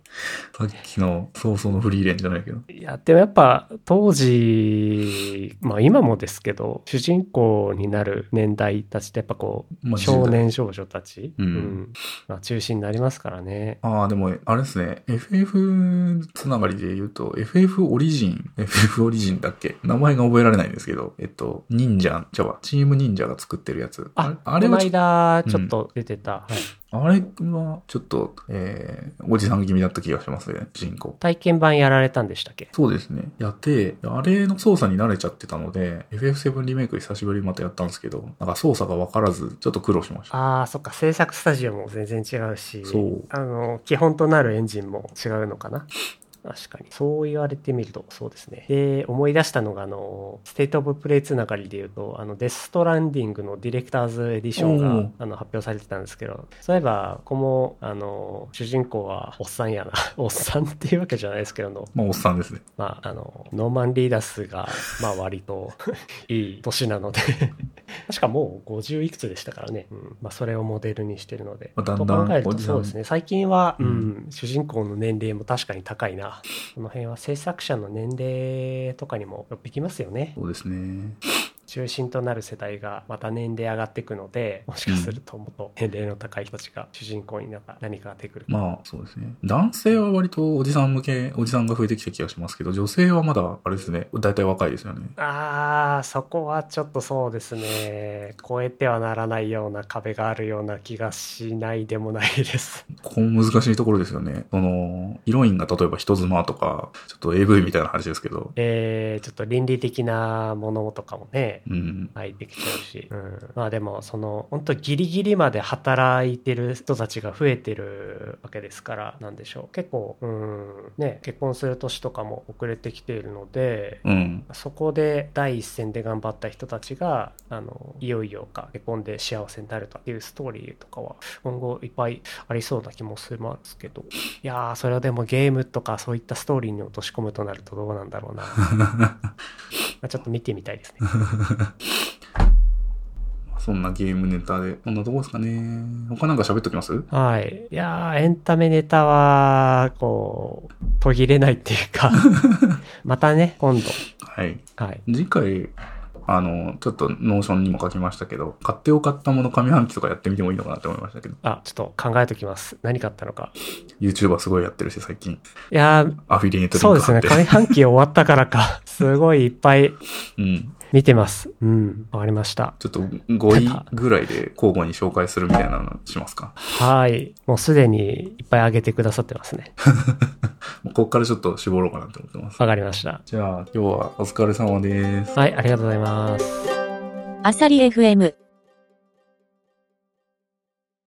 [SPEAKER 1] さっきの早々のフリーレンじゃないけど。
[SPEAKER 2] いや、でもやっぱ当時、まあ今もですけど、主人公になる年代たちってやっぱこ
[SPEAKER 1] ま
[SPEAKER 2] う、
[SPEAKER 1] あ
[SPEAKER 2] 少年少女たち、
[SPEAKER 1] うん
[SPEAKER 2] まあ中心になりますからね。
[SPEAKER 1] ああ、でも、あれですね。FF つながりで言うと、FF オリジン、FF オリジンだっけ名前が覚えられないんですけど、えっと、忍者、じゃあ、チーム忍者が作ってるやつ。
[SPEAKER 2] あ、
[SPEAKER 1] あれ
[SPEAKER 2] こ
[SPEAKER 1] は
[SPEAKER 2] の
[SPEAKER 1] ちょっと、
[SPEAKER 2] 間ちょっと出てた、はい
[SPEAKER 1] あれはちょっと、えー、おじさん気味だった気がしますね、主人公。
[SPEAKER 2] 体験版やられたんでしたっけ
[SPEAKER 1] そうですね。やって、あれの操作に慣れちゃってたので、FF7 リメイク久しぶりにまたやったんですけど、なんか操作がわからず、ちょっと苦労しました。
[SPEAKER 2] ああ、そっか、制作スタジオも全然違うし、
[SPEAKER 1] そう
[SPEAKER 2] あの、基本となるエンジンも違うのかな。確かに。そう言われてみると、そうですね。で、思い出したのが、あの、ステートオブプレイつながりで言うと、あの、デストランディングのディレクターズエディション
[SPEAKER 1] お
[SPEAKER 2] が
[SPEAKER 1] う、
[SPEAKER 2] あの、発表されてたんですけど、そういえば、ここも、あの、主人公は、おっさんやな。 おっさんっていうわけじゃないですけど、あの
[SPEAKER 1] まあ、おっさんですね。
[SPEAKER 2] まあ、あの、ノーマン・リーダスが、まあ、割といい年な ので、確かもう50いくつでしたからね。うん、まあ、それをモデルにしてるので。
[SPEAKER 1] まあだんだん
[SPEAKER 2] と考える
[SPEAKER 1] お
[SPEAKER 2] と、
[SPEAKER 1] じさん
[SPEAKER 2] そうですね。最近は、うん、
[SPEAKER 1] う
[SPEAKER 2] 主人公の年齢も確かに高いな。この辺は制作者の年齢とかにもよってきますよね。
[SPEAKER 1] そうですね。
[SPEAKER 2] 中心となる世代がまた年齢上がっていくので、もしかするともっと年齢の高い人たちが主人公になった何かが出てくる。
[SPEAKER 1] まあ、そうですね。男性は割とおじさん向け、おじさんが増えてきた気がしますけど、女性はまだ、あれですね、大体若いですよね。
[SPEAKER 2] ああ、そこはちょっとそうですね。超えてはならないような壁があるような気がしないでもないです。
[SPEAKER 1] ここも難しいところですよね。その、ヒロインが例えば人妻とか、ちょっと AV みたいな話ですけど、
[SPEAKER 2] えー、ちょっと倫理的なものとかもね、
[SPEAKER 1] うん。
[SPEAKER 2] 入ってきちゃうし。うん、まあでも、その、本当ギリギリまで働いてる人たちが増えてるわけですから、なんでしょう。結構、うん、ね、結婚する年とかも遅れてきているので、
[SPEAKER 1] うん。
[SPEAKER 2] そこで第一線で頑張った人たちがあのいよいよか結婚で幸せになるとかっていうストーリーとかは今後いっぱいありそうな気もするんですけどいやーそれはでもゲームとかそういったストーリーに落とし込むとなるとどうなんだろうな まあちょっと見てみたいですね
[SPEAKER 1] そんなゲームネタで、こんなとこですかね。他なんか喋っときます
[SPEAKER 2] はいいやーエンタメネタはこう途切れないっていうか またね今度
[SPEAKER 1] はい。
[SPEAKER 2] はい
[SPEAKER 1] 次回、あの、ちょっとノーションにも書きましたけど、買ってよかったもの上半期とかやってみてもいいのかなって思いましたけど、
[SPEAKER 2] あちょっと考えときます何買ったのか
[SPEAKER 1] YouTuber すごいやってるし、最近。
[SPEAKER 2] いやー
[SPEAKER 1] アフィリエイトリ
[SPEAKER 2] そ
[SPEAKER 1] ン
[SPEAKER 2] う
[SPEAKER 1] ク
[SPEAKER 2] です
[SPEAKER 1] 貼って。
[SPEAKER 2] ね。上半期終わったからか。 すごいいっぱい
[SPEAKER 1] うん。
[SPEAKER 2] 見てます。うん。わかりました。
[SPEAKER 1] ちょっと5位ぐらいで交互に紹介するみたいなのしますか。
[SPEAKER 2] はい。もうすでにいっぱい上げてくださってますね。
[SPEAKER 1] もうここからちょっと絞ろうかなと思ってます。
[SPEAKER 2] わかりました。
[SPEAKER 1] じゃあ今日はお疲れ様です。
[SPEAKER 2] はい。ありがとうございます。
[SPEAKER 3] アサリ FM